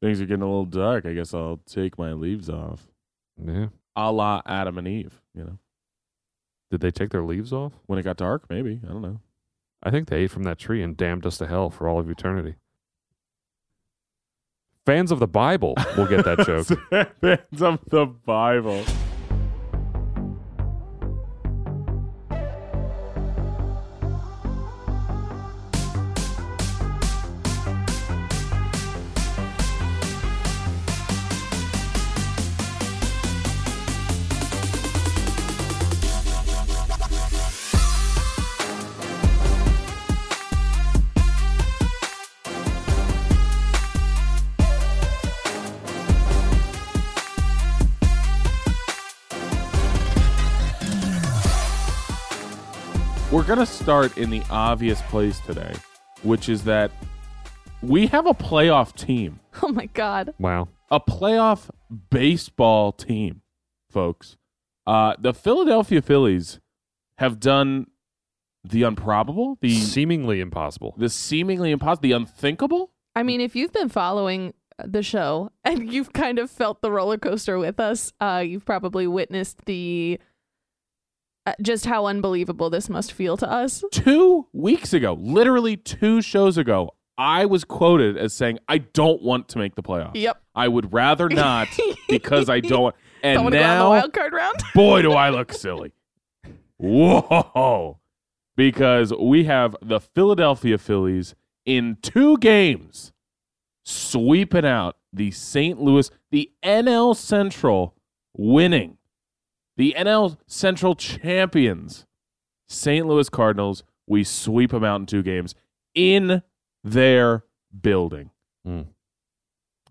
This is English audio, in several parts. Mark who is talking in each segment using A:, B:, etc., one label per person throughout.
A: Things are getting a little dark. I guess I'll take my leaves off.
B: Yeah.
A: A la Adam and Eve, you know.
B: Did they take their leaves off?
A: When it got dark, maybe. I don't know.
B: I think they ate from that tree and damned us to hell for all of eternity. Fans of the Bible will get that joke.
A: Fans of the Bible. We're going to start in the obvious place today, which is that we have a playoff team,
C: Oh my God.
B: Wow.
A: a playoff baseball team, folks. Uh, the Philadelphia Phillies have done the improbable, the
B: Seemingly impossible.
A: the seemingly impossible, the unthinkable.
C: I mean, if you've been following the show and you've kind of felt the roller coaster with us, uh, you've probably witnessed the uh, just how unbelievable this must feel to us.
A: Two weeks ago, literally two shows ago, I was quoted as saying, "I don't want to make the playoffs.
C: Yep.
A: I would rather not because I don't." want And
C: Don't want to go on the
A: now,
C: wild card round.
A: boy, do I look silly. Whoa. Because we have the Philadelphia Phillies in two games sweeping out the St. Louis, the NL Central winning, the NL Central champions, St. Louis Cardinals. We sweep them out in two games in their building.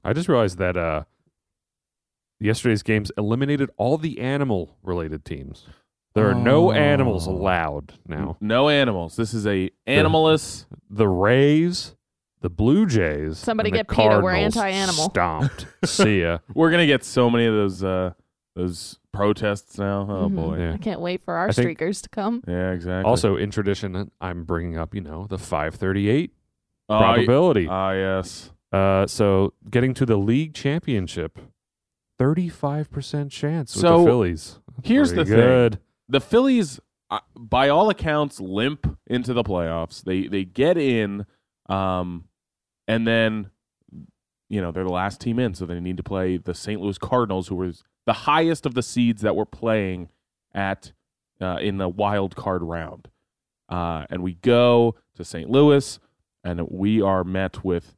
B: I just realized that uh, yesterday's games eliminated all the animal related teams. There are
A: Oh.
B: no animals allowed now.
A: No animals. This is a animalist.
B: The Rays, the Blue Jays,
C: Somebody
B: and the
C: get Peter, we're
B: Cardinals
C: anti-animal.
B: Stomped. See ya.
A: We're gonna get so many of those uh those protests now. Oh
C: Mhm.
A: boy.
B: Yeah.
C: I can't wait for our
B: I think-
C: streakers to come.
A: Yeah, exactly.
B: Also, in tradition, I'm bringing up, you know, the 538
A: oh,
B: probability.
A: Ah, yes.
B: Uh, so getting to the league championship, thirty-five percent chance with
A: So,
B: the Phillies.
A: here's
B: Pretty
A: the thing.
B: good.
A: The Phillies, uh, by all accounts, limp into the playoffs. They they get in, um, and then you know they're the last team in, so they need to play the St. Louis Cardinals, who was the highest of the seeds that were playing at uh, in the wild card round. Uh, and we go to St. Louis, and we are met with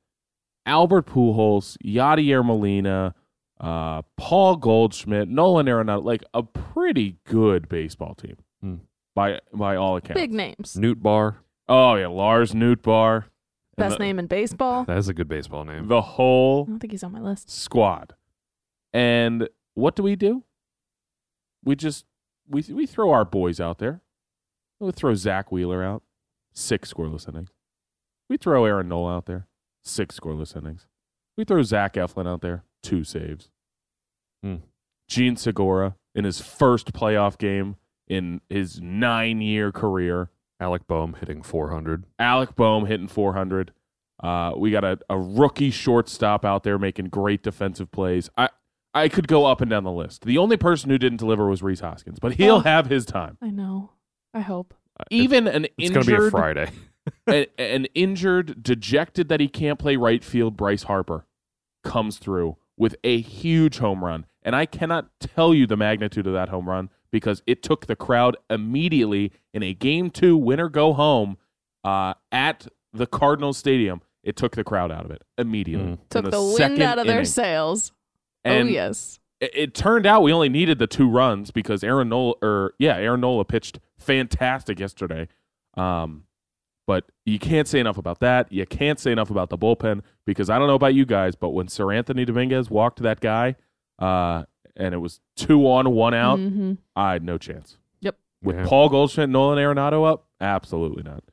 A: Albert Pujols, Yadier Molina, uh, Paul Goldschmidt, Nolan Arenado, like a pretty good baseball team
B: Mm.
A: by by all accounts.
C: Big names.
B: Newt Bar.
A: Oh yeah, Lars Nootbaar, and
C: Best
A: the,
C: name in baseball.
B: That is a good baseball name.
A: The whole
C: I don't think he's on my list.
A: squad. And what do we do? We just we we throw our boys out there. We throw Zach Wheeler out, six scoreless innings. We throw Aaron Nola out there, six scoreless innings. We throw Zach Eflin out there, two saves.
B: Hmm.
A: Gene Segura in his first playoff game in his nine year career.
B: Alec Boehm hitting four hundred.
A: Alec Boehm hitting 400. Uh, we got a, a rookie shortstop out there making great defensive plays. I I could go up and down the list. The only person who didn't deliver was Reese Hoskins, but he'll
C: Oh.
A: have his time.
C: I know. I hope.
A: Even an
B: It's
A: injured,
B: gonna be a Friday.
A: an, an injured, dejected that he can't play right field, Bryce Harper comes through with a huge home run. And I cannot tell you the magnitude of that home run because it took the crowd immediately in a game two winner go home uh, at the Cardinals Stadium. It took the crowd out of it immediately.
B: Mm.
A: in
C: Took the,
A: second
C: wind out of their
A: inning.
C: sails.
A: And
C: oh, yes.
A: it, it turned out we only needed the two runs because Aaron Nola or yeah, Aaron Nola pitched fantastic yesterday. Um, but you can't say enough about that. You can't say enough about the bullpen because I don't know about you guys, but when Sir Anthony Dominguez walked that guy, uh, and it was two on, one out,
C: Mm-hmm.
A: I had no chance. With
B: Yeah.
A: Paul Goldschmidt, Nolan Arenado up, absolutely not.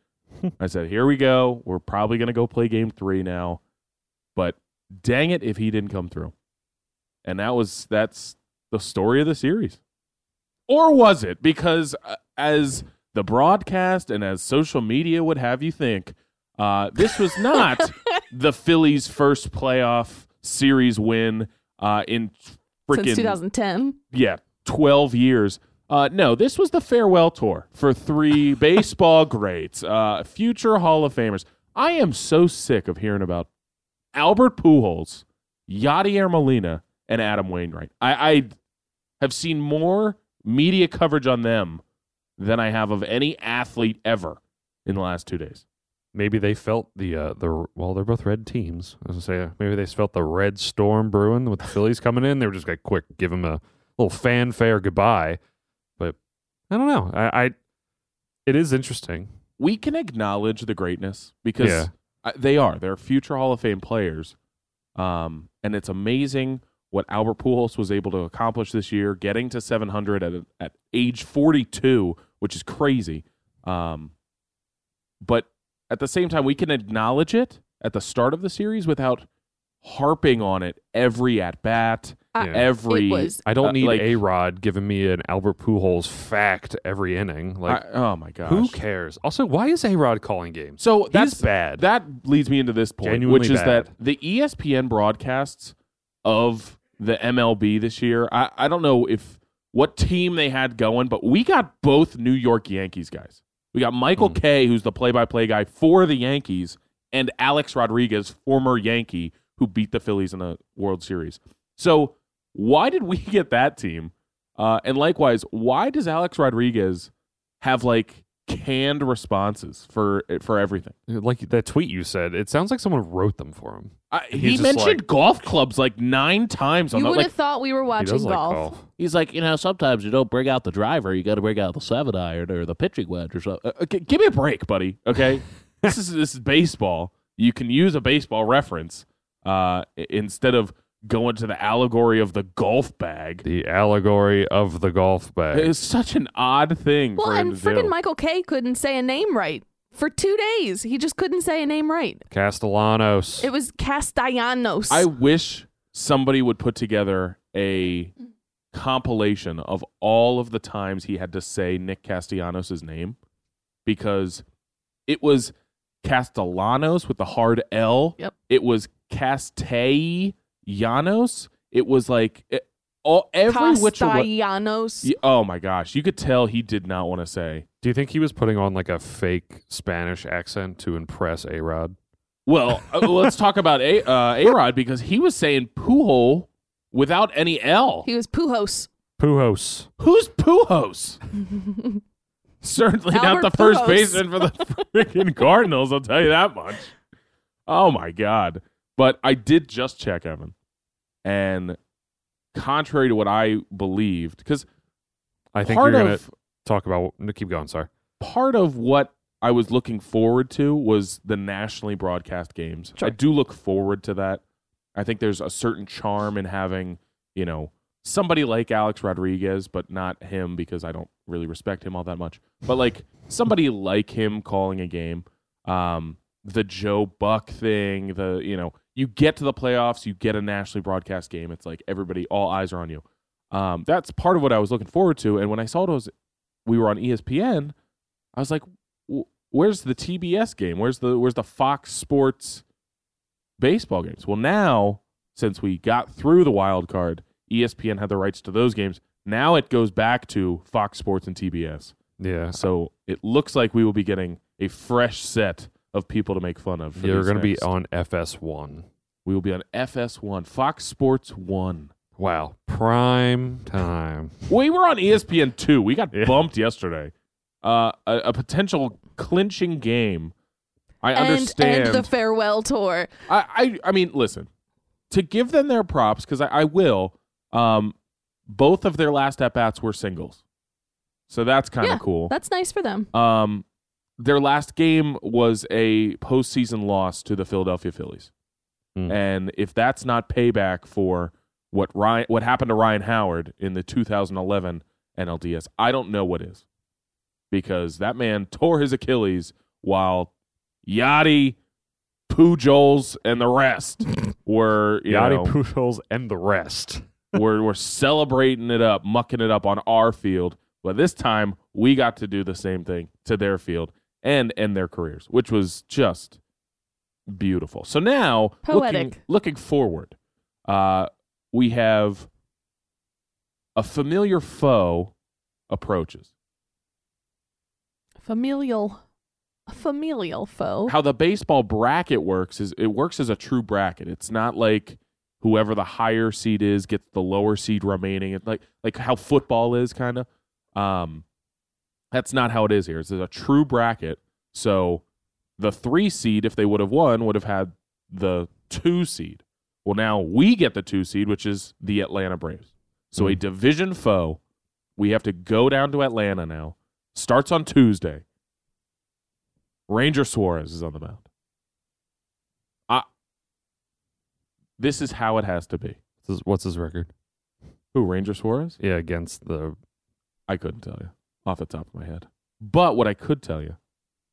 A: I said, here we go. We're probably gonna go play game three now. But dang it if he didn't come through. And that was that's the story of the series. Or was it? Because uh, as the broadcast and as social media would have you think, uh, this was not the Phillies' first playoff series win uh, in
C: since
A: freaking
C: 2010.
A: yeah, 12 years. Uh, no, this was the farewell tour for three baseball greats, uh, future Hall of Famers. I am so sick of hearing about Albert Pujols, Yadier Molina, and Adam Wainwright. I, I have seen more media coverage on them than I have of any athlete ever in the last two days.
B: Maybe they felt the uh, the well, they're both red teams. I was gonna say maybe they felt the red storm brewing with the Phillies coming in. They were just like, quick, give them a little fanfare goodbye. But I don't know. I, I it is interesting.
A: we can acknowledge the greatness because
B: Yeah.
A: I- they are they're future Hall of Fame players, um, and it's amazing what Albert Pujols was able to accomplish this year, getting to 700 at at age 42, which is crazy. Um, but at the same time, we can acknowledge it at the start of the series without harping on it every at bat,
C: I-
B: Yeah.
A: every.
C: It was
B: I don't
A: Uh,
B: need
A: like-
B: a Rod giving me an Albert Pujols fact every inning. Like
A: I- oh my gosh!
B: who cares? Also, why is a Rod calling games?
A: So that's
B: He's bad.
A: That leads me into this point,
B: Genuinely
A: which is
B: bad.
A: that the E ESPN broadcasts of the MLB this year, I, I don't know if what team they had going, but we got both New York Yankees guys. We got Michael
B: Mm.
A: Kay, who's the play-by-play guy for the Yankees, and Alex Rodriguez, former Yankee, who beat the Phillies in the World Series. So why did we get that team? Uh, and likewise, why does Alex Rodriguez have like canned responses for for everything?
B: Like that tweet you said, it sounds like someone wrote them for him.
A: I,
B: He's
A: he
B: just
A: mentioned
B: like-
A: golf clubs like nine times on
C: you
A: that.
C: would
A: Like,
C: have thought we were
B: He
C: watching
B: does like
C: golf.
B: golf.
A: he's like, you know, sometimes you don't bring out the driver, you got to bring out the seven iron or the pitching wedge or something. Uh, okay, give me a break, buddy. Okay, this is this is baseball. You can use a baseball reference uh, i- instead of going to the allegory of the golf bag.
B: The allegory of the golf bag.
A: It's such an odd thing
C: Well,
A: for him
C: and
A: to do.
C: friggin' Michael K couldn't say a name right for two days. He just couldn't say a name right.
B: Castellanos.
C: It was Castellanos.
A: I wish somebody would put together a compilation of all of the times he had to say Nick Castellanos' name because it was Castellanos with the hard L.
C: Yep.
A: It was Castellanos. It was like it, all every which way.
C: Castellanos.
A: Y- Oh my gosh, you could tell he did not want to say.
B: Do you think he was putting on like a fake Spanish accent to impress A Rod?
A: Well, uh, let's talk about a uh, Arod because he was saying Pujols without any L.
C: He was Pujos.
B: Pujos.
A: Who's Pujols? Certainly
C: Albert
A: not the first
C: Pujols.
A: baseman for the freaking Cardinals. I'll tell you that much. Oh my god! But I did just check Evan, and contrary to what I believed, because
B: I think
A: part
B: you're gonna
A: of
B: talk about. No, keep going. Sorry.
A: part of what I was looking forward to was the nationally broadcast games. I do look forward to that. I think there's a certain charm in having, you know, somebody like Alex Rodriguez, but not him because I don't really respect him all that much. But like somebody like him calling a game, um, the Joe Buck thing, the you know, you get to the playoffs, you get a nationally broadcast game. It's like everybody, all eyes are on you. Um, that's part of what I was looking forward to. And when I saw those, we were on E ESPN. I was like, "W- "Where's the TBS game? Where's the where's the Fox Sports baseball games?" Well, now since we got through the wild card, E ESPN had the rights to those games. Now it goes back to Fox Sports and TBS.
B: Yeah,
A: So it looks like we will be getting a fresh set of people to make fun of. for
B: you're
A: these
B: gonna be
A: next-
B: on FS1.
A: We will be on FS1, Fox Sports One.
B: Wow, prime time.
A: We were on E ESPN two. We got
B: Yeah.
A: bumped yesterday. Uh, a, a potential clinching game. I
C: And,
A: understand.
C: and the farewell tour.
A: I, I, I mean, listen, to give them their props, because I, I will, um, both of their last at bats were singles. So that's kind of
C: Yeah,
A: cool.
C: That's nice for them.
A: Um, their last game was a postseason loss to the Philadelphia Phillies,
B: Hmm.
A: and if that's not payback for what Ryan, what happened to Ryan Howard in the 2011 NLDS, I don't know what is, because that man tore his Achilles while Yachty, Pujols, and the rest were you know,
B: Yachty Pujols and the rest.
A: we're we're celebrating it up, mucking it up on our field. But this time we got to do the same thing to their field and end their careers, which was just beautiful. So now looking-
C: Poetic.
A: looking forward. Uh, we have a familiar foe approaches.
C: Familial. a Familial foe.
A: How the baseball bracket works is it works as a true bracket. It's not like whoever the higher seed is gets the lower seed remaining. It's like like how football is kind of. Um, that's not how it is here. It's a true bracket. So the three seed, if they would have won, would have had the two seed. Well, now we get the two seed, which is the Atlanta Braves. So a
B: Mm.
A: division foe. We have to go down to Atlanta now. Starts on Tuesday. Ranger Suarez is on the mound. I, this is how it has to be.
B: This is- What's his record?
A: Who, Ranger Suarez?
B: Yeah, against the
A: I couldn't tell you off the top of my head. But what I could tell you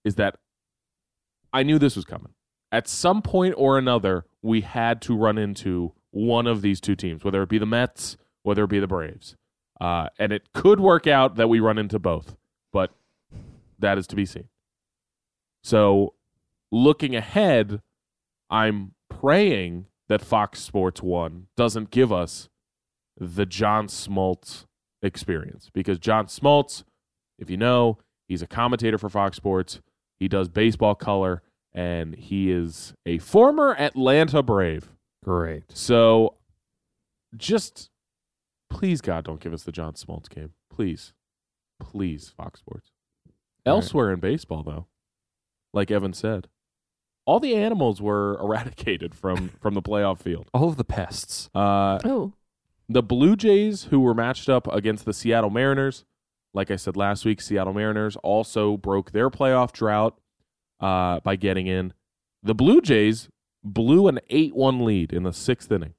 A: is that I knew this was coming. At some point or another, we had to run into one of these two teams, whether it be the Mets, whether it be the Braves. Uh, and it could work out that we run into both, but that is to be seen. So, looking ahead, I'm praying that Fox Sports 1 doesn't give us the John Smoltz experience because John Smoltz, if you know, he's a commentator for Fox Sports. He does baseball color, and he is a former Atlanta Brave.
B: great.
A: So, just please, God, don't give us the John Smoltz game, please, please, Fox Sports.
B: All right.
A: Elsewhere in baseball, though, like Evan said, all the animals were eradicated from from the playoff field.
B: All of the pests.
A: Uh,
C: Oh,
A: the Blue Jays, who were matched up against the Seattle Mariners, like I said last week, Seattle Mariners also broke their playoff drought uh, by getting in. The Blue Jays blew an 8 1 lead in the sixth inning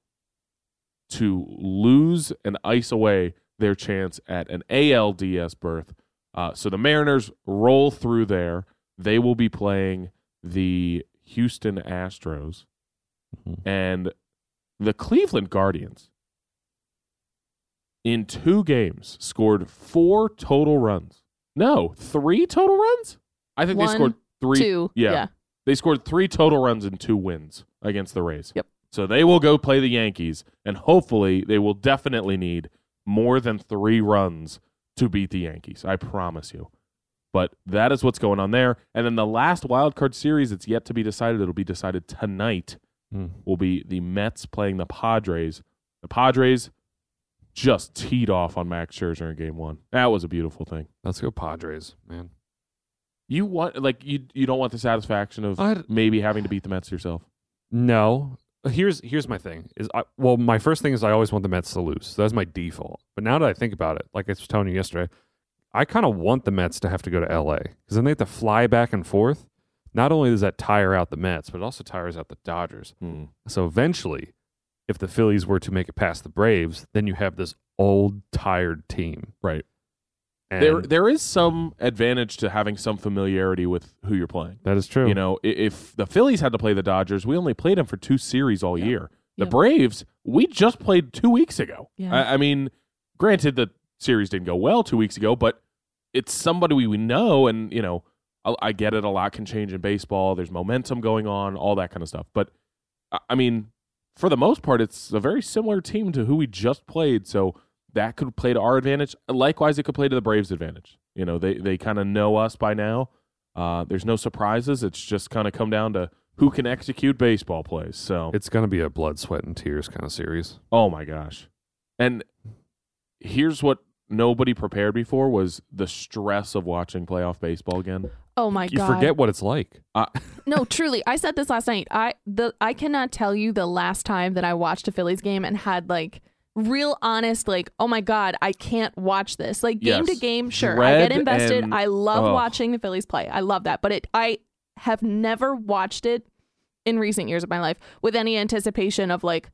A: to lose and ice away their chance at an ALDS berth. Uh, so the Mariners roll through there. They will be playing the Houston Astros Mm-hmm.
B: Mhm.
A: and the Cleveland Guardians in two games scored four total runs. No, three total runs? I think they
C: One,
A: scored three.
C: two.
A: yeah.
C: yeah.
A: They scored three total runs and two wins against the Rays.
C: Yep.
A: So they will go play the Yankees, and hopefully they will definitely need more than three runs to beat the Yankees. I promise you. But that is what's going on there. And then the last wild card series, it's yet to be decided. It'll be decided tonight
B: Mm.
A: will be the Mets playing the Padres. The Padres just teed off on Max Scherzer in game one. That was a beautiful thing.
B: Let's go Padres, man.
A: You want like you you don't want the satisfaction of
B: I'd-
A: maybe having to beat the Mets yourself.
B: No. Here's here's my thing is I, well my first thing is I always want the Mets to lose. So that's my default. But now that I think about it, like I was telling you yesterday, I kind of want the Mets to have to go to LA because then they have to fly back and forth. Not only does that tire out the Mets, but it also tires out the Dodgers. So eventually, if the Phillies were to make it past the Braves, then you have this old tired team.
A: Right.
B: And
A: There there is some advantage to having some familiarity with who you're playing.
B: that is true.
A: You know, i- if the Phillies had to play the Dodgers, we only played them for two series all
B: Yeah.
A: year. The
C: Yeah.
A: Braves, we just played two weeks ago.
C: Yeah.
A: I, I mean, granted, the series didn't go well two weeks ago, but it's somebody we, we know, and you know, I, I get it. A lot can change in baseball. There's momentum going on, all that kind of stuff. But I, I mean, for the most part, it's a very similar team to who we just played. So that could play to our advantage. Likewise, it could play to the Braves' advantage. You know, they they kind of know us by now. Uh, there's no surprises. It's just kind of come down to who can execute baseball plays. So,
B: It's going to be a blood, sweat, and tears kind of series.
A: oh my gosh. And here's what nobody prepared me for was the stress of watching playoff baseball again.
C: Oh my
B: you
C: god.
B: forget what it's like.
C: No, truly, I said this last night. I the I cannot tell you the last time that I watched a Phillies game and had like real honest like oh my god i can't watch this like game
A: Yes.
C: to game sure i
A: Dread
C: get invested
A: and-
C: i love
A: oh.
C: watching the phillies play i love that but it i have never watched it in recent years of my life with any anticipation of like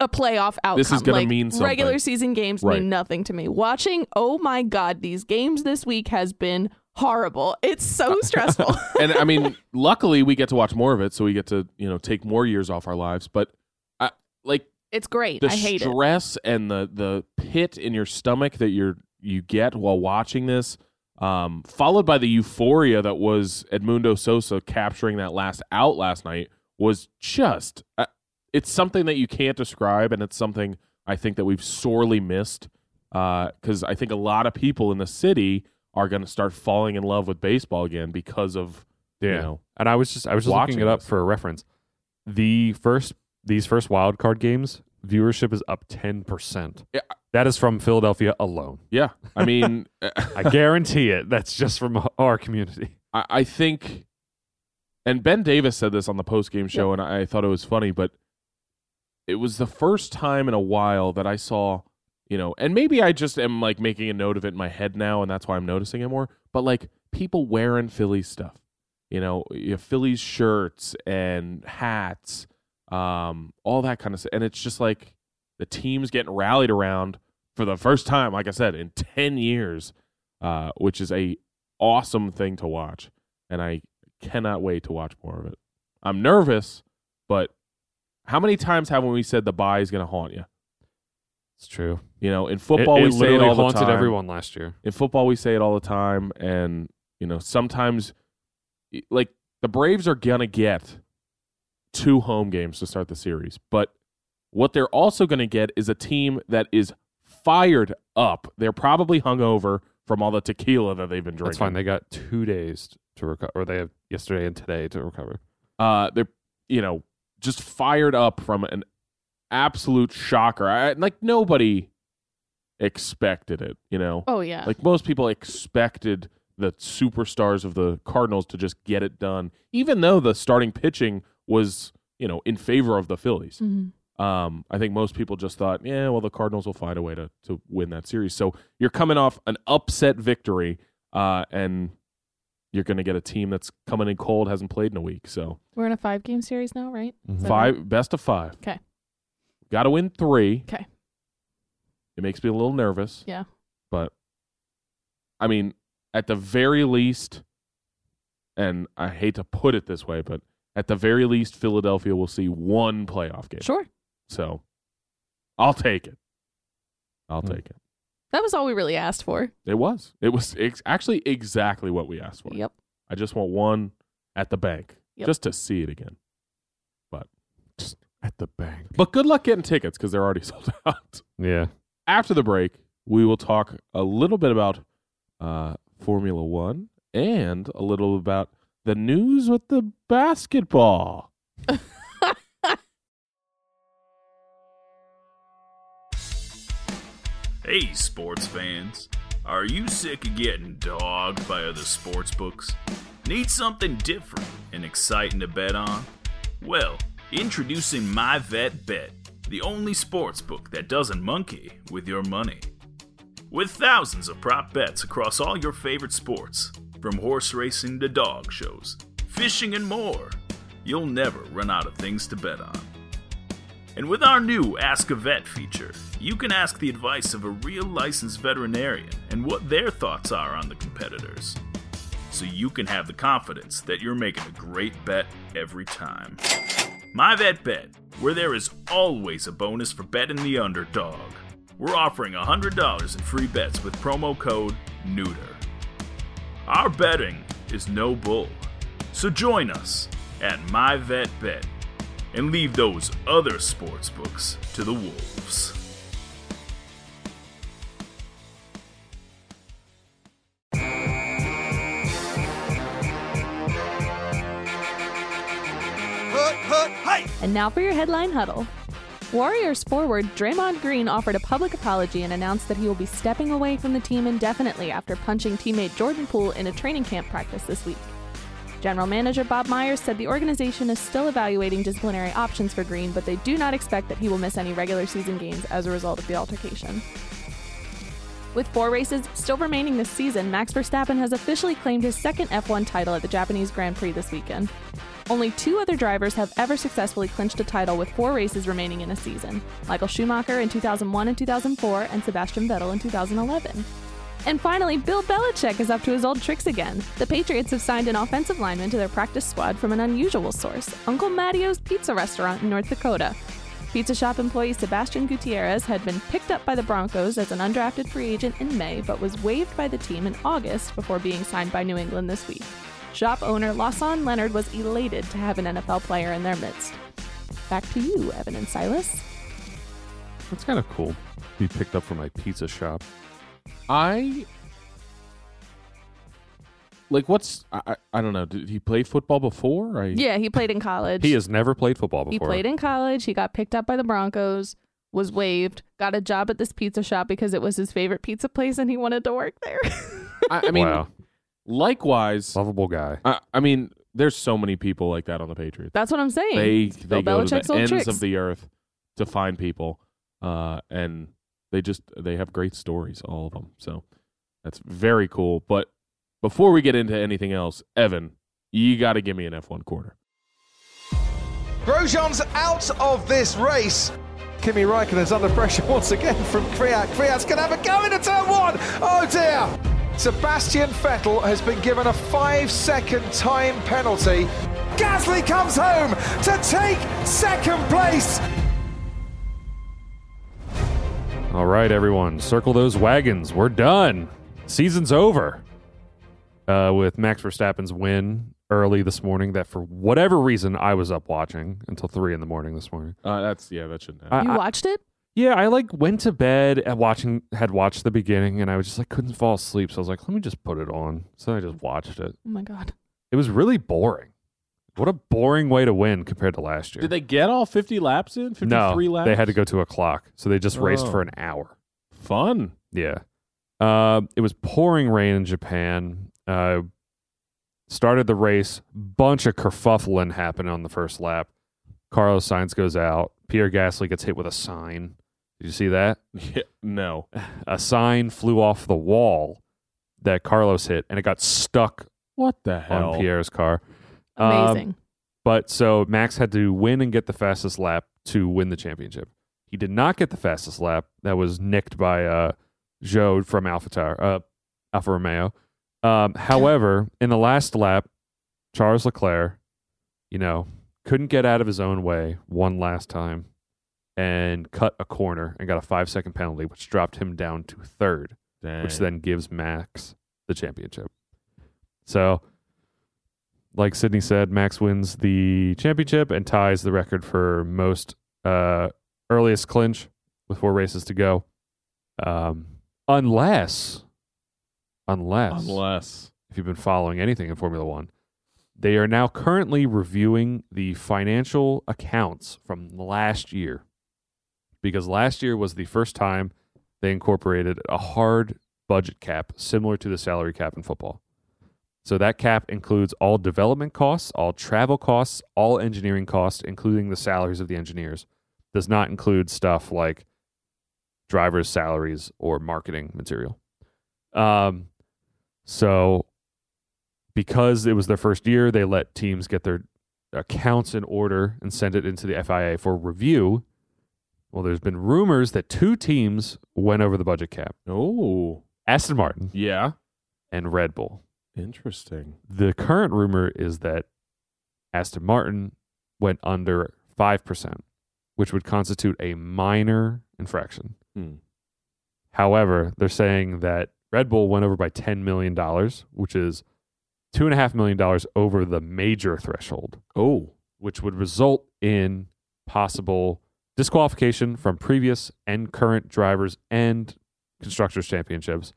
C: a playoff outcome
A: This is gonna
C: Like,
A: mean something.
C: regular season games
A: Right.
C: mean nothing to me watching oh my god these games this week has been horrible it's so stressful
A: and I mean, luckily we get to watch more of it, so we get to, you know, take more years off our lives, but I like
C: it's great
A: the
C: i hate it
A: stress and the the pit in your stomach that you're you get while watching this um, followed by the euphoria that was Edmundo Sosa capturing that last out last night was just uh, it's something that you can't describe, and it's something I think that we've sorely missed because I think a lot of people in the city are going to start falling in love with baseball again because of you
B: Yeah.
A: know
B: And I was just I was just looking
A: Watching
B: it up
A: this.
B: for a reference. The first these first wild card games viewership is up ten percent.
A: Yeah.
B: That is from Philadelphia alone.
A: yeah. I mean, uh,
B: I guarantee it. That's just from our community.
A: I, I think, and Ben Davis said this on the post game show, and I, I thought it was funny, but it was the first time in a while that I saw, you know, and maybe I just am like making a note of it in my head now, and that's why I'm noticing it more. But like people wearing Phillies stuff, you know, you have Phillies shirts and hats, um, all that kind of stuff, and it's just like the team's getting rallied around for the first time, like I said, in ten years, uh, which is a awesome thing to watch, and I cannot wait to watch more of it. I'm nervous, but how many times haven't we said the buy is going to haunt you?
B: It's true.
A: You know, in football we say it all the
B: haunted
A: time.
B: everyone last year.
A: In football we say it all the time, and you know sometimes, i- like the Braves are going to get two home games to start the series, but what they're also going to get is a team that is fired up. They're probably hungover from all the tequila that they've been drinking.
B: That's fine. They got two days to recover, or they have yesterday and today to recover.
A: uh they're you know just fired up from an absolute shocker I, like nobody expected it you know
C: Oh yeah.
A: like most people expected the superstars of the cardinals to just get it done even though the starting pitching was you know in favor of the phillies
C: Mhm.
A: um, I think most people just thought, yeah, well, the Cardinals will find a way to to win that series. So you're coming off an upset victory, uh, and you're going to get a team that's coming in cold, hasn't played in a week. So
C: We're in a five game series now, right?
B: Mhm.
C: So-
A: five, best of five.
C: 'Kay.
A: Got to win three.
C: 'Kay.
A: It makes me a little nervous.
C: Yeah.
A: But I mean, at the very least, and I hate to put it this way, but at the very least, Philadelphia will see one playoff game.
C: Sure.
A: So I'll take it. I'll
B: Hmm.
A: take it.
C: That was all we really asked for.
A: It was. It was ex- actually exactly what we asked for.
C: Yep.
A: I just want one at the bank
C: Yep.
A: just to see it again. But
B: At the bank.
A: but good luck getting tickets because they're already sold out.
B: Yeah.
A: After the break, we will talk a little bit about uh, Formula One and a little about the news with the basketball.
D: Hey, sports fans. Are you sick of getting dogged by other sports books? Need something different and exciting to bet on? Well, introducing My Vet Bet, the only sports book that doesn't monkey with your money. With thousands of prop bets across all your favorite sports, from horse racing to dog shows, fishing, and more, you'll never run out of things to bet on. And with our new Ask a Vet feature, you can ask the advice of a real licensed veterinarian and what their thoughts are on the competitors. So you can have the confidence that you're making a great bet every time. My Vet Bet, where there is always a bonus for betting the underdog. We're offering $100 in free bets with promo code NEUTER. Our betting is no bull. So join us at My Vet Bet and leave those other sports books to the wolves.
C: And now for your headline huddle. Warriors forward Draymond Green offered a public apology and announced that he will be stepping away from the team indefinitely after punching teammate Jordan Poole in a training camp practice this week. General manager Bob Myers said the organization is still evaluating disciplinary options for Green, but they do not expect that he will miss any regular season games as a result of the altercation. With four races still remaining this season, Max Verstappen has officially claimed his second F1 title at the Japanese Grand Prix this weekend. Only two other drivers have ever successfully clinched a title with four races remaining in a season Michael Schumacher in 2001 and 2004, and Sebastian Vettel in 2011. And finally, Bill Belichick is up to his old tricks again. The Patriots have signed an offensive lineman to their practice squad from an unusual source Uncle Matteo's Pizza Restaurant in North Dakota. Pizza shop employee Sebastian Gutierrez had been picked up by the Broncos as an undrafted free agent in May, but was waived by the team in August before being signed by New England this week. Shop owner Lawson Leonard was elated to have an NFL player in their midst. Back to you, Evan and Silas.
B: That's kind of cool. Be picked up from my pizza shop.
A: I like what's I, I, I don't know. Did he play football before? I,
C: Yeah, he played in college.
B: He has never played football before.
C: He played in college. He got picked up by the Broncos, was waived, got a job at this pizza shop because it was his favorite pizza place and he wanted to work there.
A: I, I mean,
B: wow,
A: likewise.
B: lovable guy.
A: I, I mean, there's so many people like that on the Patriots.
C: That's what I'm saying.
A: They they
C: Bill
A: go to
C: Belichick's
A: the
C: old
A: ends
C: tricks.
A: of the earth to find people, uh, and they just they have great stories, all of them. So that's very cool. But before we get into anything else, Evan, you got to give me an F1 corner.
E: Grosjean's out of this race. Kimi Raikkonen's under pressure once again from Kriak. Kriak's going to have a go into turn one. Oh dear. Sebastian Vettel has been given a five second time penalty. Gasly comes home to take second place.
B: All right, everyone, circle those wagons. We're done. Season's over. Uh, with Max Verstappen's win early this morning, that for whatever reason I was up watching until three in the morning this morning.
A: Uh, that's yeah, that shouldn't happen.
B: I,
C: you
B: I-
C: watched it?
B: yeah, I like went to bed and watching had watched the beginning, and I was just like couldn't fall asleep. So I was like, let me just put it on. So I just watched it.
C: Oh my god.
B: It was really boring. What a boring way to win compared to last year.
A: Did they get all 50 laps in? 53
B: no,
A: laps?
B: they had to go to a clock, so they just raced
A: Oh.
B: for an hour.
A: Fun.
B: Yeah. Uh, it was pouring rain in Japan. Uh, started the race. Bunch of kerfuffling happened on the first lap. Carlos Sainz goes out. Pierre Gasly gets hit with a sign. Did you see that?
A: Yeah, no.
B: A sign flew off the wall that Carlos hit, and it got stuck
A: What the hell?
B: on Pierre's car. Um,
C: Amazing.
B: but so Max had to win and get the fastest lap to win the championship. He did not get the fastest lap. That was nicked by uh, Joe from AlphaTauri, uh, Alfa Romeo. Um, however, in the last lap, Charles Leclerc, you know, couldn't get out of his own way one last time and cut a corner and got a five second penalty, which dropped him down to third
A: Dang.
B: which then gives Max the championship. So, like Sydney said, Max wins the championship and ties the record for most uh, earliest clinch with four races to go. Um, unless, unless,
A: Unless.
B: if you've been following anything in Formula One, they are now currently reviewing the financial accounts from last year because last year was the first time they incorporated a hard budget cap similar to the salary cap in football. So that cap includes all development costs, all travel costs, all engineering costs, including the salaries of the engineers. Does not include stuff like drivers' salaries or marketing material. Um, so because it was their first year, they let teams get their accounts in order and send it into the FIA for review. Well, there's been rumors that two teams went over the budget cap.
A: Oh.
B: Aston Martin
A: Yeah.
B: and Red Bull.
A: Interesting.
B: The current rumor is that Aston Martin went under 5%, which would constitute a minor infraction.
A: Hmm.
B: However, they're saying that Red Bull went over by $10 million, which is $2.5 million over the major threshold,
A: Oh.
B: which would result in possible disqualification from previous and current drivers and constructors championships,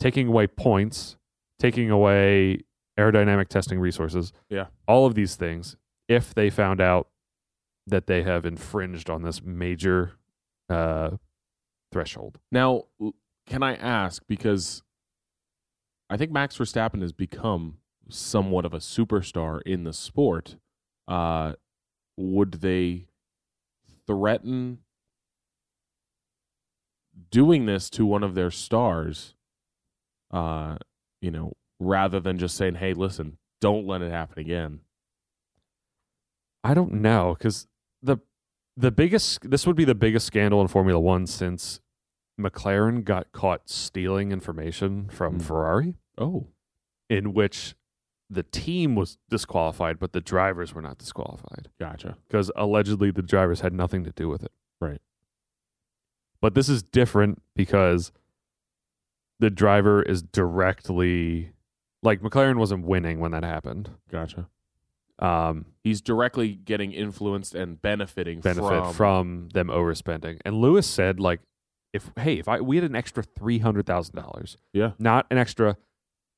B: taking away points, taking away aerodynamic testing resources.
A: Yeah.
B: All of these things, if they found out that they have infringed on this major uh, threshold.
A: Now, l- can I ask because I think Max Verstappen has become somewhat of a superstar in the sport. Uh, would they threaten doing this to one of their stars? Uh, you know, rather than just saying, "Hey, listen, don't let it happen again."
B: I don't know because the the biggest this would be the biggest scandal in Formula One since McLaren got caught stealing information from
A: Hmm.
B: Ferrari,
A: Oh,
B: in which the team was disqualified, but the drivers were not disqualified
A: gotcha.
B: because allegedly the drivers had nothing to do with it.
A: Right.
B: But this is different because the driver is directly like McLaren wasn't winning when that happened
A: Gotcha.
B: um,
A: He's directly getting influenced and benefiting
B: benefit from,
A: from.
B: them overspending. And Lewis said, like, if hey, if I we had an extra three hundred thousand dollars,
A: Yeah.
B: not an extra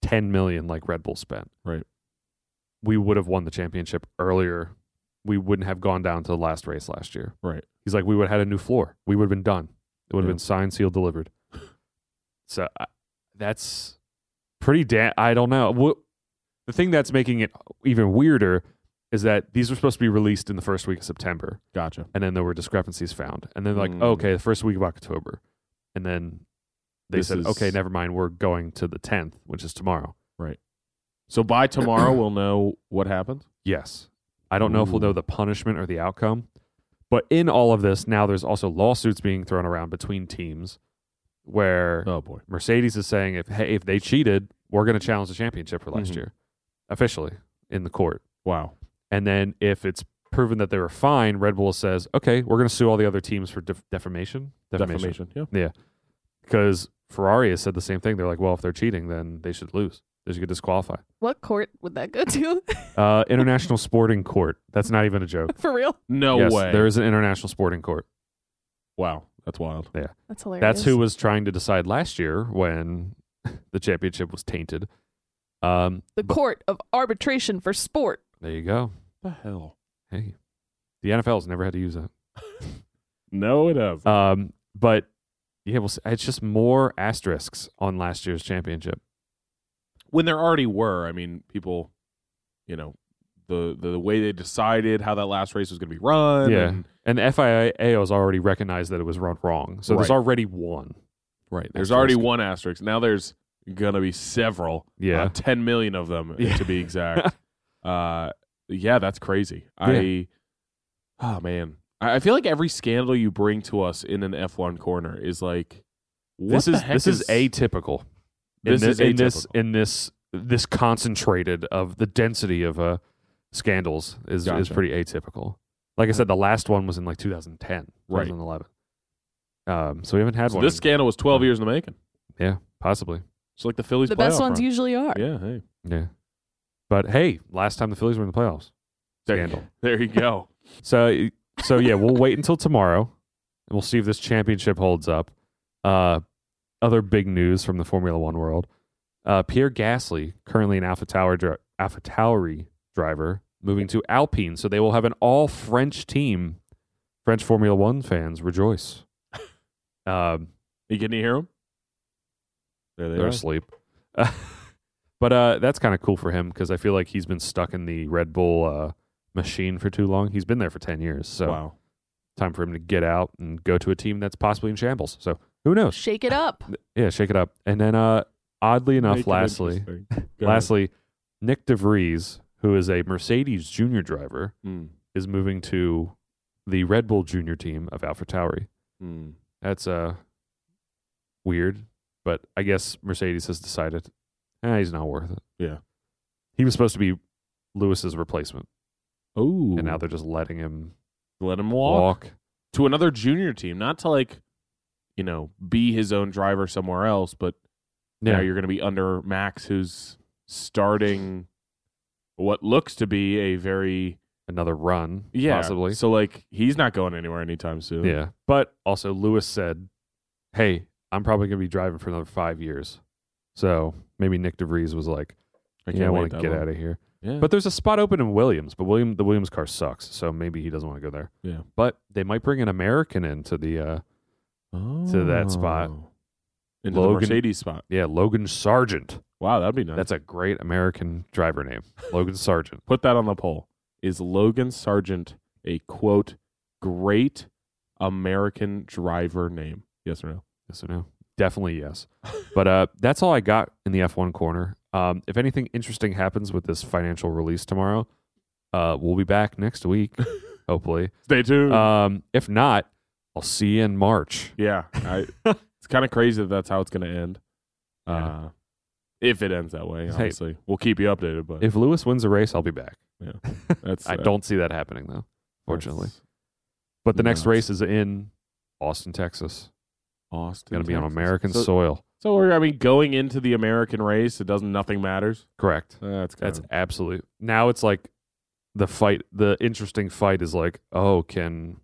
B: ten million like Red Bull spent,
A: Right.
B: We would have won the championship earlier. We wouldn't have gone down to the last race last year.
A: Right.
B: He's like, we would have had a new floor. We would have been done. It would have
A: Yeah.
B: been signed, sealed, delivered. So I that's pretty damn. I don't know. What, the thing that's making it even weirder is that these were supposed to be released in the first week of September
A: Gotcha.
B: and then there were discrepancies found. And then like,
A: Mm.
B: okay, the first week of October, and then they
A: This
B: said,
A: is-
B: okay, never mind, we're going to the tenth, which is tomorrow.
A: So by tomorrow, we'll know what happened.
B: Yes, I don't know if we'll
A: Ooh.
B: know the punishment or the outcome, but in all of this now, there's also lawsuits being thrown around between teams where
A: Oh boy.
B: Mercedes is saying if hey, if they cheated, we're going to challenge the championship for last
A: Mhm.
B: year, officially in the court.
A: Wow.
B: And then if it's proven that they were fine, Red Bull says, okay, we're going to sue all the other teams for def- defamation.
A: Defamation. Yeah.
B: because Ferrari has said the same thing. They're like, well, if they're cheating, then they should lose. They should get disqualified.
C: What court would that go to?
B: Uh, international sporting court. That's not even a joke.
C: For real?
A: No
B: yes,
A: way.
B: there is an international sporting court.
A: wow. That's wild.
C: That's hilarious.
B: That's who was trying to decide last year when the championship was tainted. Um,
C: The
B: but-
C: court of arbitration for sport.
B: there you go.
A: The hell.
B: Hey, the NFL's never had to use that.
A: No, it has.
B: Um, but yeah, well, it's just more asterisks on last year's championship.
A: when there already were. I mean, people, you know, the the, the way they decided how that last race was going to be run.
B: yeah,
A: and-
B: and the FIA has already recognized that it was run wrong. So there's
A: Right.
B: already one.
A: right. There's
B: Asterisk.
A: already one asterisk. Now there's gonna be several.
B: Yeah.
A: uh, ten million of them
B: Yeah.
A: to be exact. uh, yeah, that's crazy. I, oh man, I, I feel like every scandal you bring to us in an F1 corner is like. What
B: this
A: the
B: is
A: heck
B: this is, atypical. In
A: This
B: thi-
A: is
B: in this
A: atypical.
B: in this this concentrated of the density of uh, scandals is is
A: Gotcha.
B: pretty atypical. Like I said, the last one was in like 2010,
A: Right.
B: 2011. Um, so we haven't had
A: So
B: one.
A: this scandal was 12 years in the making.
B: yeah, possibly.
A: It's like the Phillies.
C: The best
A: playoff
C: ones
A: run.
C: usually are.
A: Yeah, hey.
B: Yeah, but hey, last time the Phillies were in the playoffs.
A: There-
B: Scandal.
A: There you go.
B: So so yeah, we'll wait until tomorrow, and we'll see if this championship holds up. Uh, other big news from the Formula One world: uh, Pierre Gasly, currently an Alpha Tower dri- Alpha Tauri driver, moving to Alpine, so they will have an all French team. French Formula One fans rejoice. Um,
A: you can hear him? There they
B: they're
A: are.
B: asleep. but uh, that's kind of cool for him because I feel like he's been stuck in the Red Bull uh, machine for too long. He's been there for ten years, so
A: Wow.
B: time for him to get out and go to a team that's possibly in shambles. So who knows?
C: Shake it up.
B: Yeah, shake it up. And then, uh, oddly enough, lastly, lastly, Nick DeVries, who is a Mercedes junior driver,
A: Hmm,
B: is moving to the Red Bull junior team of AlphaTauri.
A: hmm.
B: That's uh, weird, but I guess Mercedes has decided eh, he's not worth it.
A: Yeah.
B: He was supposed to be Lewis's replacement,
A: Oh,
B: and now they're just letting him
A: let him
B: walk.
A: walk. to another junior team, not to like, you know, be his own driver somewhere else, but now you're going to be under Max, who's starting what looks to be a very
B: another run,
A: yeah,
B: possibly.
A: So like, he's not going anywhere anytime soon.
B: Yeah. But also, Lewis said, hey, I'm probably going to be driving for another five years. So maybe Nick DeVries was like,
A: I can't
B: yeah, I
A: wait
B: want to
A: that
B: get
A: long.
B: out of here.
A: Yeah,
B: But there's a spot open in Williams, but William the Williams car sucks. So maybe he doesn't want to go there.
A: Yeah.
B: But they might bring an American into the, uh, to that spot.
A: Oh. into
B: Logan-
A: the Mercedes spot.
B: yeah, Logan Sargent.
A: Wow, that'd be nice.
B: That's a great American driver name, Logan Sargent.
A: Put that on the poll. Is Logan Sargent a quote great American driver name? Yes or no?
B: Yes or no? Definitely yes. But uh, that's all I got in the F1 corner. Um, if anything interesting happens with this financial release tomorrow, uh, we'll be back next week, hopefully.
A: Stay tuned.
B: Um, if not, I'll see you in March.
A: yeah, I, it's kind of crazy that that's how it's going to end. Uh, if it ends that way,
B: Hey.
A: obviously, we'll keep you updated. But
B: If Lewis wins a race, I'll be back.
A: that's
B: I
A: uh,
B: don't see that happening though, fortunately.
A: that's
B: But the next
A: nuts.
B: race is in Austin, Texas.
A: Austin
B: Going to be on
A: Texas.
B: American
A: So,
B: soil.
A: so we're- I mean, going into the American race, it doesn't. Nothing matters.
B: Correct.
A: Um, That's kind
B: That's absolute. Now it's like the fight, the interesting fight is like, oh, can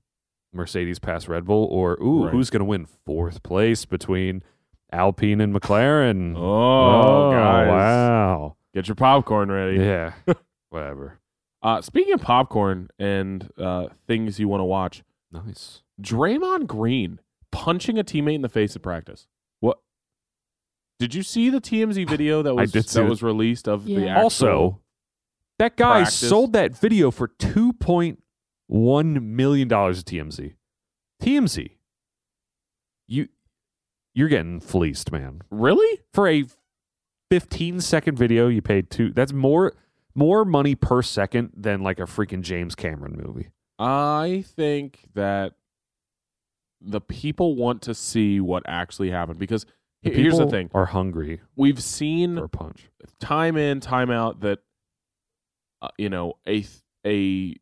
B: Mercedes pass Red Bull, or ooh,
A: Right.
B: who's going to win fourth place between Alpine and McLaren?
A: Oh,
B: Oh,
A: guys.
B: wow,
A: Get your popcorn ready.
B: yeah, whatever,
A: Uh, speaking of popcorn and uh, things you want to watch,
B: nice.
A: Draymond Green punching a teammate in the face at practice. What? Did you see the TMZ video that
B: I
A: was
B: did see
A: that
B: it.
A: was released of the
C: Yeah.
A: actual,
B: also, that guy
A: practice.
B: sold that video for two point one million dollars to TMZ. TMZ, you you're getting fleeced, man.
A: really
B: For a fifteen second video, you paid two. That's more more money per second than like a freaking James Cameron movie.
A: I think that the people want to see what actually happened because
B: The
A: he- here's the
B: people
A: thing
B: are hungry
A: we've seen
B: for a punch.
A: time in time out that uh, you know a th- a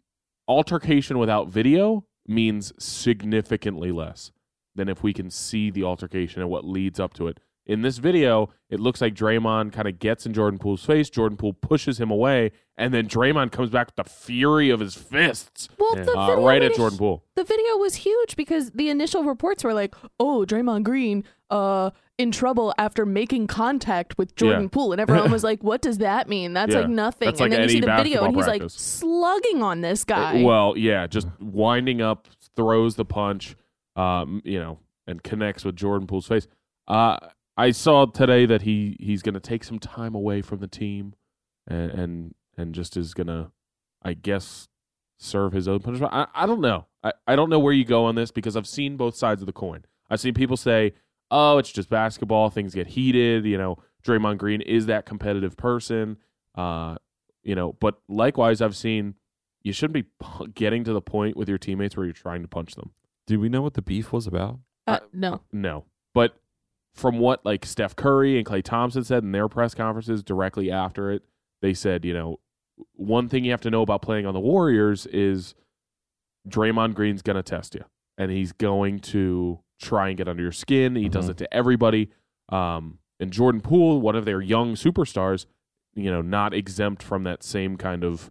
A: altercation without video means significantly less than if we can see the altercation and what leads up to it. In this video, it looks like Draymond kind of gets in Jordan Poole's face. Jordan Poole pushes him away, and then Draymond comes back with the fury of his fists
C: Well,
B: Yeah.
C: the
A: uh,
C: video
A: right at
C: was-
A: Jordan Poole.
C: The video was huge because the initial reports were like, "Oh, Draymond Green, uh, in trouble after making contact with Jordan
A: Yeah.
C: Poole," and everyone was like, "What does that mean? That's
A: Yeah.
C: like nothing."
A: That's
C: and
A: like
C: then you see
A: any
C: the video, and
A: basketball
C: he's like
A: practice.
C: slugging on this
A: Uh,
C: guy.
A: Well, yeah, just winding up, throws the punch, um, you know, and connects with Jordan Poole's face. Uh, I saw today that he he's going to take some time away from the team, and and, and just is going to, I guess, serve his own punishment. I, I don't know. I, I don't know where you go on this because I've seen both sides of the coin. I've seen people say, "Oh, it's just basketball. Things get heated." You know, Draymond Green is that competitive person. Uh, you know, but likewise, I've seen you shouldn't be pu- getting to the point with your teammates where you're trying to punch them.
B: Do we know what the beef was about?
C: uh, no,
A: No. But from what like Steph Curry and Clay Thompson said in their press conferences directly after it, they said, you know, one thing you have to know about playing on the Warriors is Draymond Green's going to test you and he's going to try and get under your skin. He does
B: Mhm.
A: it to everybody. Um, and Jordan Poole, one of their young superstars, you know, not exempt from that same kind of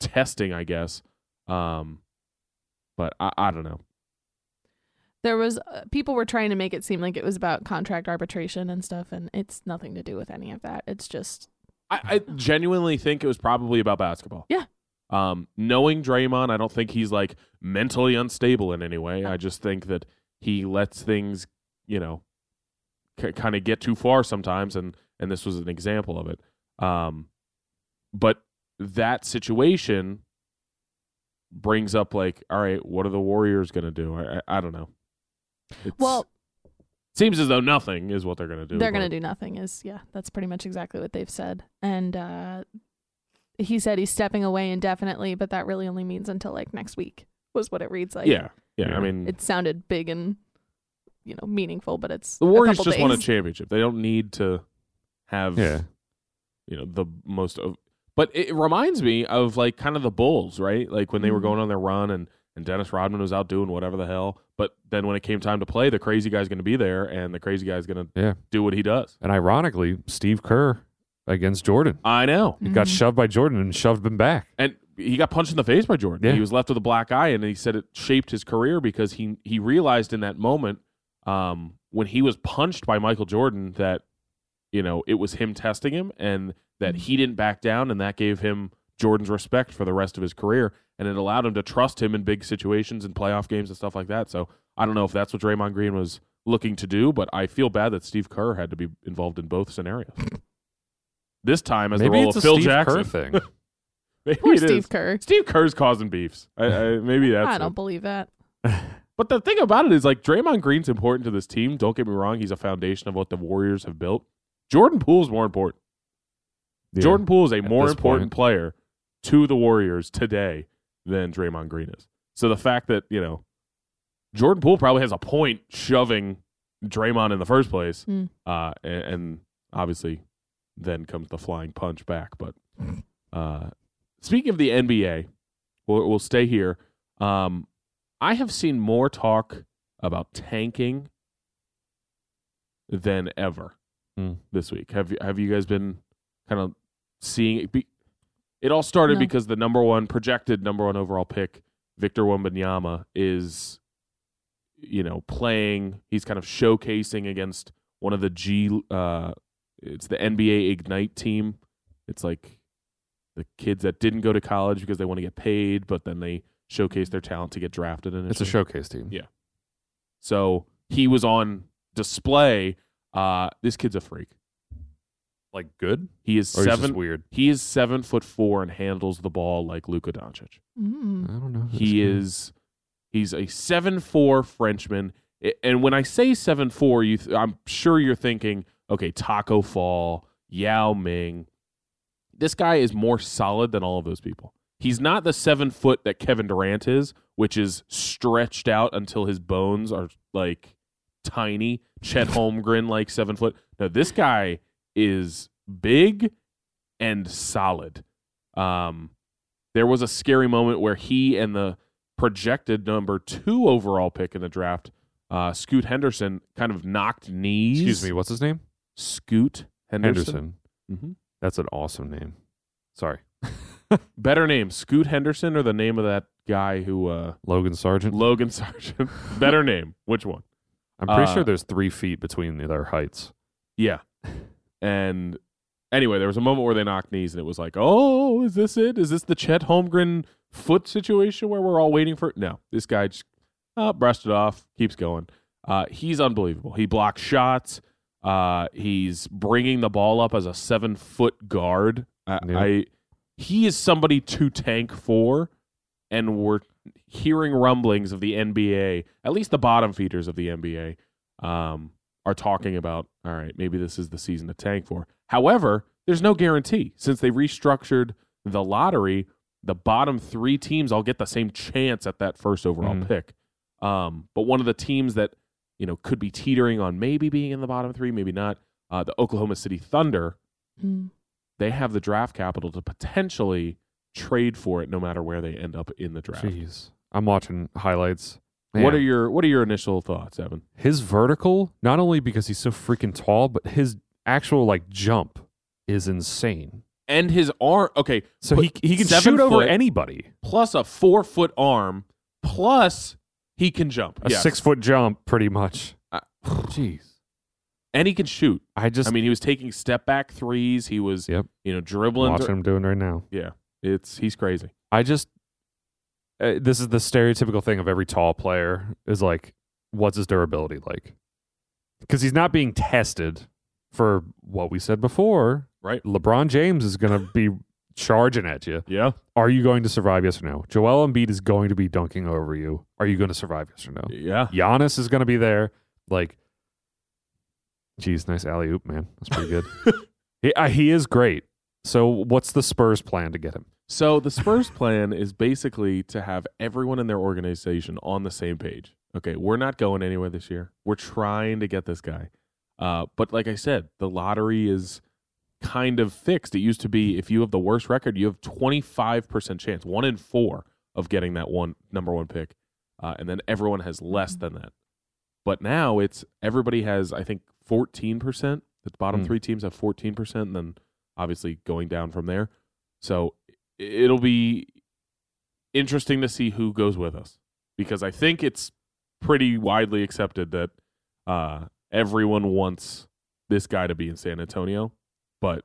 A: testing, I guess. Um, but I, I don't know.
C: there was uh, people were trying to make it seem like it was about contract arbitration and stuff, and it's nothing to do with any of that. It's just
A: I, I genuinely think it was probably about basketball.
C: Yeah.
A: Um, knowing Draymond, I don't think he's like mentally unstable in any way. I just think that he lets things, you know, c- kind of get too far sometimes, and and this was an example of it. Um, but that situation brings up like, all right, what are the Warriors going to do? I, I I don't know. It's-
C: well,
A: seems as though nothing is what they're going to do.
C: They're going
A: but-
C: to do nothing, is yeah, that's pretty much exactly what they've said. And uh, he said he's stepping away indefinitely, but that really only means until like next week, was what it reads like.
A: Yeah, Hmm. yeah.
B: Yeah.
A: I mean,
C: It sounded big and, you know, meaningful, but it's.
A: The Warriors
C: a couple
A: just won a
C: days.
A: championship. They don't need to have
B: Yeah.
A: you know the most of but it reminds me of like kind of the Bulls, right? Like when they were
C: Mhm.
A: going on their run and and Dennis Rodman was out doing whatever the hell, but then when it came time to play, the crazy guy's going to be there and the crazy guy's going to
B: Yeah.
A: do what he does.
B: And ironically, Steve Kerr against Jordan.
A: I know.
B: He got shoved by Jordan and shoved him back.
A: And he got punched in the face by Jordan.
B: Yeah.
A: He was left with a black eye, and he said it shaped his career because he he realized in that moment um, when he was punched by Michael Jordan that you know it was him testing him, and that
B: Mm-hmm.
A: he didn't back down, and that gave him Jordan's respect for the rest of his career, and it allowed him to trust him in big situations and playoff games and stuff like that. So I don't know if that's what Draymond Green was looking to do, but I feel bad that Steve Kerr had to be involved in both scenarios. This time as the
B: Maybe
A: role
B: it's
A: of
B: a
A: Phil
B: Steve
A: Jackson.
B: Kerr thing.
A: Maybe
C: Poor
A: it is.
C: Steve Kerr.
A: Steve Kerr's causing beefs. I, I, maybe that's.
C: I
A: it.
C: don't believe that.
A: But the thing about it is, like, Draymond Green's important to this team. Don't get me wrong; he's a foundation of what the Warriors have built. Jordan Poole's more important.
B: Yeah.
A: Jordan Poole is a more
B: this
A: important
B: point.
A: player to the Warriors today than Draymond Green is. So the fact that you know Jordan Poole probably has a point shoving Draymond in the first place,
B: Hmm.
C: Mm.
A: uh, a- and, obviously then comes the flying punch back. But uh, speaking of the NBA, we'll, we'll stay here. Um, I have seen more talk about tanking than ever
B: Hmm.
A: this week. Have you have you guys been kind of seeing it? Be, It all started
C: No.
A: because the number one projected number one overall pick, Victor Wembanyama, is you know playing. He's kind of showcasing against one of the G. Uh, it's the NBA Ignite team. It's like the kids that didn't go to college because they want to get paid, but then they showcase their talent to get drafted. And
B: It's a showcase team.
A: Yeah. So he was on display. Uh, this kid's a freak.
B: Like good
A: He is
B: or Seven.
A: seven.
B: weird.
A: He is seven foot four and handles the ball like Luka Doncic.
B: I
C: Mm.
B: don't know. if
A: He
B: it's good.
A: is he's a seven four Frenchman. I- And when I say seven four, you th- I'm sure you're thinking, okay, Taco Fall, Yao Ming. This guy is more solid than all of those people. He's not the seven foot that Kevin Durant is, which is stretched out until his bones are like tiny. Chet Holmgren like seven foot. No, this guy is big and solid. Um, there was a scary moment where he and the projected number two overall pick in the draft, uh, Scoot Henderson, kind of knocked knees.
B: Excuse me. What's his name?
A: Scoot Henderson.
B: Henderson.
A: Mhm.
B: That's an awesome name. Sorry,
A: Better name, Scoot Henderson, or the name of that guy who uh,
B: Logan Sargent.
A: Logan Sargent. Better name, which one?
B: I'm pretty
A: Uh,
B: sure there's three feet between the- their heights.
A: Yeah. And anyway, there was a moment where they knocked knees, and it was like, oh, is this it? Is this the Chet Holmgren foot situation where we're all waiting for? No, this guy just uh, brushed it off, keeps going. Uh, he's unbelievable. He blocks shots. Uh, he's bringing the ball up as a seven foot guard. I,
B: Yeah.
A: I he is somebody to tank for, and we're hearing rumblings of the NBA. At least the bottom feeders of the NBA um, are talking about. All right, maybe this is the season to tank for. However, there's no guarantee since they restructured the lottery. The bottom three teams all get the same chance at that first overall
B: Mhm.
A: pick. Um, but one of the teams that you know could be teetering on maybe being in the bottom three, maybe not. Uh, the Oklahoma City Thunder,
C: Mm.
A: they have the draft capital to potentially trade for it, no matter where they end up in the draft.
B: Jeez, I'm watching highlights.
A: What
B: Man,
A: are your What are your initial thoughts, Evan?
B: his vertical? Not only because he's so freaking tall, but his actual like jump is insane.
A: And his arm. Okay,
B: So
A: But
B: he he can
A: seven
B: shoot over
A: foot-
B: anybody.
A: plus a four foot arm, plus he can jump.
B: A
A: Yes.
B: six foot jump, pretty much.
A: I-
B: Jeez,
A: and he can shoot.
B: I just
A: I mean, he was taking step back threes. He was,
B: Yep.
A: you know, dribbling.
B: watching him doing right now.
A: through- It's he's crazy.
B: I just uh, this is the stereotypical thing of every tall player is like, what's his durability like? Because he's not being tested for what we said before.
A: Right.
B: LeBron James is going to be charging at you.
A: Yeah,
B: Are you going to survive? Yes or no. Joel Embiid is going to be dunking over you. Are you going to survive? Yes or no.
A: yeah.
B: Giannis is going to be there. Like, geez, nice alley oop, man. That's pretty good. he, uh, he is great. So, what's the Spurs plan to get him?
A: So the Spurs plan is basically to have everyone in their organization on the same page. Okay, we're not going anywhere this year. We're trying to get this guy. Uh, but like I said, the lottery is kind of fixed. It used to be if you have the worst record, you have 25% chance, one in four, of getting that one number one pick. Uh, and then everyone has less than that. But now it's everybody has, I think, 14%. The bottom
B: Mm.
A: three teams have 14%, and then obviously going down from there. So it'll be interesting to see who goes with us because I think it's pretty widely accepted that uh, everyone wants this guy to be in San Antonio, but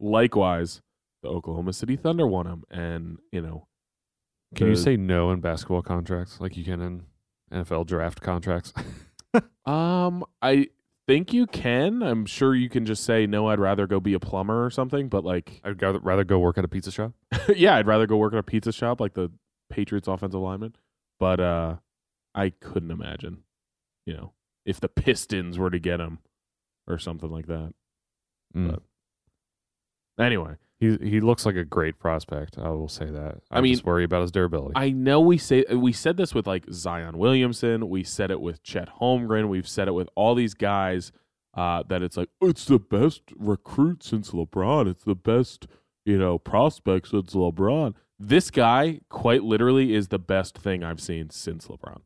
A: likewise, the Oklahoma City Thunder want him, and you know,
B: Can you
A: the-
B: say no in basketball contracts like you can in NFL draft contracts?
A: Um, I think you can. I'm sure you can just say no. I'd rather go be a plumber or something. But like,
B: I'd rather, rather go work at a pizza shop.
A: yeah, I'd rather go work at a pizza shop like the Patriots offensive lineman. But uh, I couldn't imagine, you know, if the Pistons were to get him or something like that.
B: Mm.
A: Anyway,
B: He he looks like a great prospect. I will say that. I,
A: I mean-
B: just worry about his durability.
A: I know we say we said this with like Zion Williamson. We said it with Chet Holmgren. We've said it with all these guys uh, that it's like it's the best recruit since LeBron. It's the best you know prospect since LeBron. This guy quite literally is the best thing I've seen since LeBron.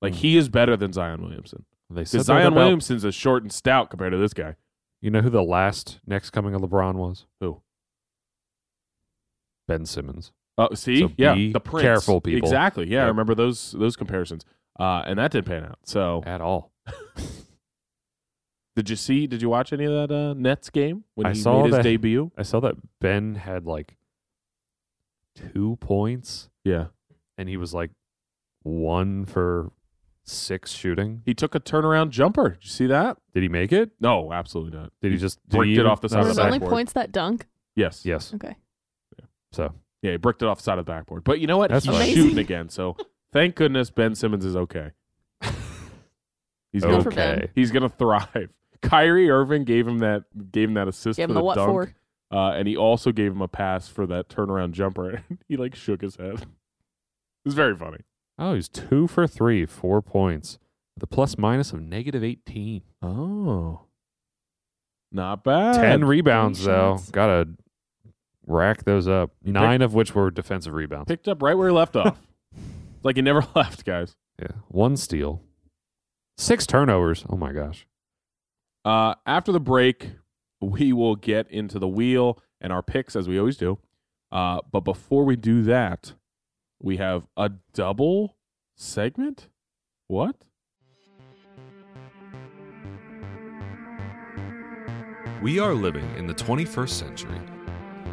A: Like
B: Hmm.
A: he is better than Zion Williamson.
B: they said
A: Because
B: that
A: Zion
B: about-
A: Williamson's a short and stout compared to this guy.
B: You know who the last next coming of LeBron was?
A: Who?
B: Ben Simmons.
A: Oh, see,
B: So
A: yeah,
B: be
A: the Prince.
B: careful, people.
A: Exactly. Yeah, I
B: Yep.
A: remember those those comparisons, uh, and that didn't pan out. So,
B: At all.
A: did you see? Did you watch any of that uh, Nets game when
B: I
A: he
B: saw
A: made his
B: that.
A: debut?
B: I saw that Ben had like two points
A: Yeah,
B: and he was like one for six shooting.
A: he took a turnaround jumper. Did you see that?
B: Did he make it?
A: No, absolutely not.
B: Did he just did
A: bricked
B: he
A: it
B: even-
A: off the side
B: no,
A: of
C: Was
A: the
C: it
B: no, no.
C: only
A: backboard?
C: points that dunk?
A: Yes.
B: Yes.
C: Okay.
B: So
A: Yeah, he bricked it off the side of the backboard. But you know what?
B: That's
A: He's
C: fine.
A: shooting again. So thank goodness Ben Simmons is okay. He's
C: Good
A: gonna,
C: for Ben.
B: okay.
A: he's gonna thrive. Kyrie Irving gave him that gave him that assist
C: Give
A: for
C: him the what
A: dunk,
C: for?
A: Uh, and he also gave him a pass for that turnaround jumper. And he like shook his head. It was very funny.
B: Oh, he's two for three, four points. The plus minus of negative eighteen.
A: Oh, not bad.
B: Ten rebounds
C: Uh, three
B: though.
C: shots.
B: Gotta rack those up. Nine of which were defensive rebounds.
A: picked up right where he left off. It's like he never left, guys.
B: Yeah. One steal. Six turnovers. Oh my gosh.
A: Uh, after the break, we will get into the wheel and our picks as we always do. Uh, but before we do that, we have a double segment. What?
B: We are living in the 21st century.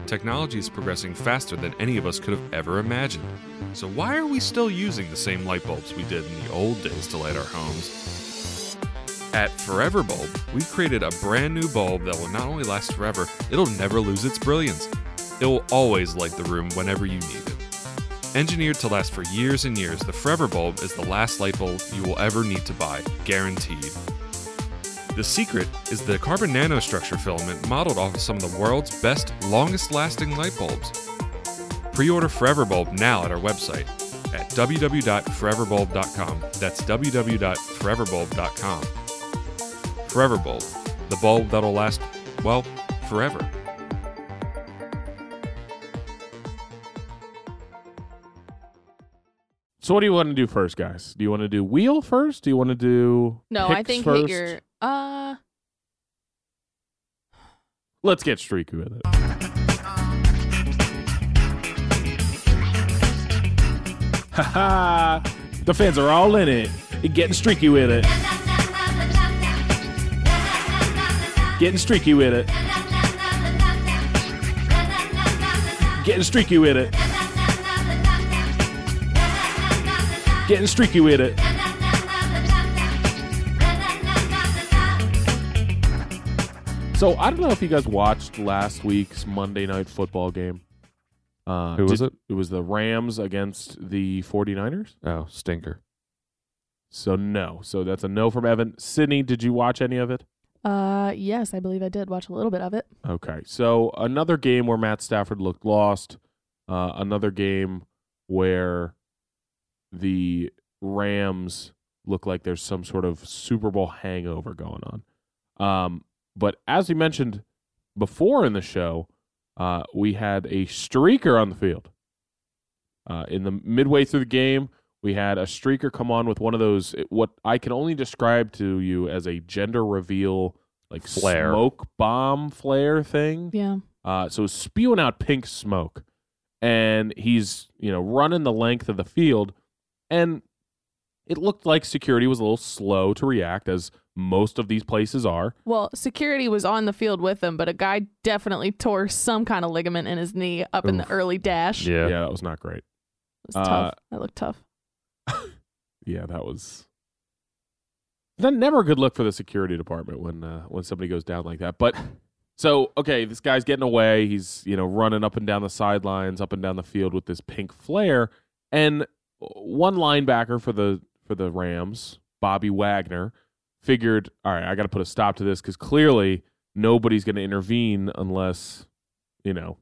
B: Technology is progressing faster than any of us could have ever imagined. So, why are we still using the same light bulbs we did in the old days to light our homes? At Forever Bulb, we've created a brand new bulb that will not only last forever, it'll never lose its brilliance. It will always light the room whenever you need it. Engineered to last for years and years, the Forever Bulb is the last light bulb you will ever need to buy, guaranteed. The secret is the carbon nanostructure filament modeled off of some of the world's best, longest lasting light bulbs. Pre order Forever Bulb now at our website at www.foreverbulb.com. That's www.foreverbulb.com. Forever Bulb, the bulb that'll last, well, forever.
A: So, what do you want to do first, guys? Do you want to do wheel first? Do you want to do
C: No, I
A: picks
C: think
A: first?
C: hit your. Uh,
A: Let's get streaky with it. Ha ha! The fans are all in it. Getting streaky with it. Getting streaky with it. Getting streaky with it. Getting streaky with it. So I don't know if you guys watched last week's Monday night football game. Uh,
B: Who was
A: did-
B: it?
A: It was the Rams against the 49ers.
B: Oh, stinker.
A: So no. So that's a no from Evan. Sydney, did you watch any of it?
C: uh, yes, I believe I did watch a little bit of it.
A: Okay. So another game where Matt Stafford looked lost. Uh, another game where the Rams look like there's some sort of Super Bowl hangover going on. Um, but as we mentioned before in the show, uh, we had a streaker on the field. Uh, in the midway through the game, we had a streaker come on with one of those what I can only describe to you as a gender reveal like
B: Flare.
A: smoke bomb flare thing.
C: Yeah.
A: Uh, so spewing out pink smoke, and he's you know running the length of the field, and it looked like security was a little slow to react, as most of these places are.
C: Well, security was on the field with him, but a guy definitely tore some kind of ligament in his knee up in the
B: Oof.
C: early dash.
A: Yeah, that was not great.
C: It was
A: Uh,
C: tough. That looked tough.
A: Yeah, that was. That never a good look for the security department when uh, when somebody goes down like that. But so okay, this guy's getting away. He's you know running up and down the sidelines, up and down the field with this pink flare, and one linebacker for the for the Rams, Bobby Wagner, figured, all right, I got to put a stop to this because clearly nobody's going to intervene unless you know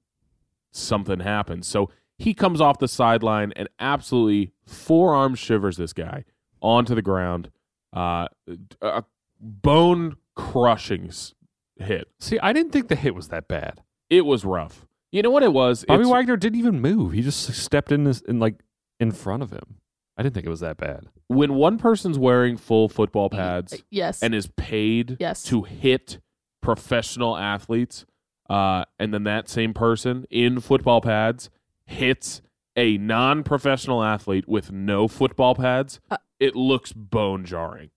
A: something happens. So he comes off the sideline and absolutely forearm shivers this guy onto the ground. Uh, a bone crushing s- hit.
B: See, I didn't think the hit was that bad.
A: It was rough. You know what it was?
B: Bobby
A: It's-
B: Wagner didn't even move. He just stepped in this in like in front of him. I didn't think it was that bad.
A: when one person's wearing full football
C: Uh,
A: pads
C: Yes.
A: and is paid
C: Yes.
A: to hit professional athletes, uh, and then that same person in football pads hits a non-professional athlete with no football pads,
C: Uh.
A: it looks bone jarring.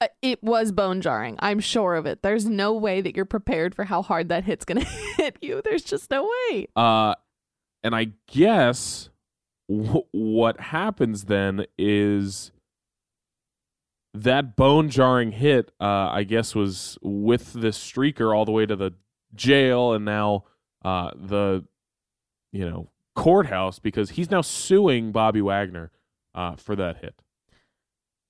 C: Uh, it was bone jarring. I'm sure of it. There's no way that you're prepared for how hard that hit's going to hit you. There's just no way.
A: Uh, and I guess w- what happens then is that bone jarring hit, uh, I guess, was with this streaker all the way to the jail and now uh, the, you know, courthouse because he's now suing Bobby Wagner uh, for that hit.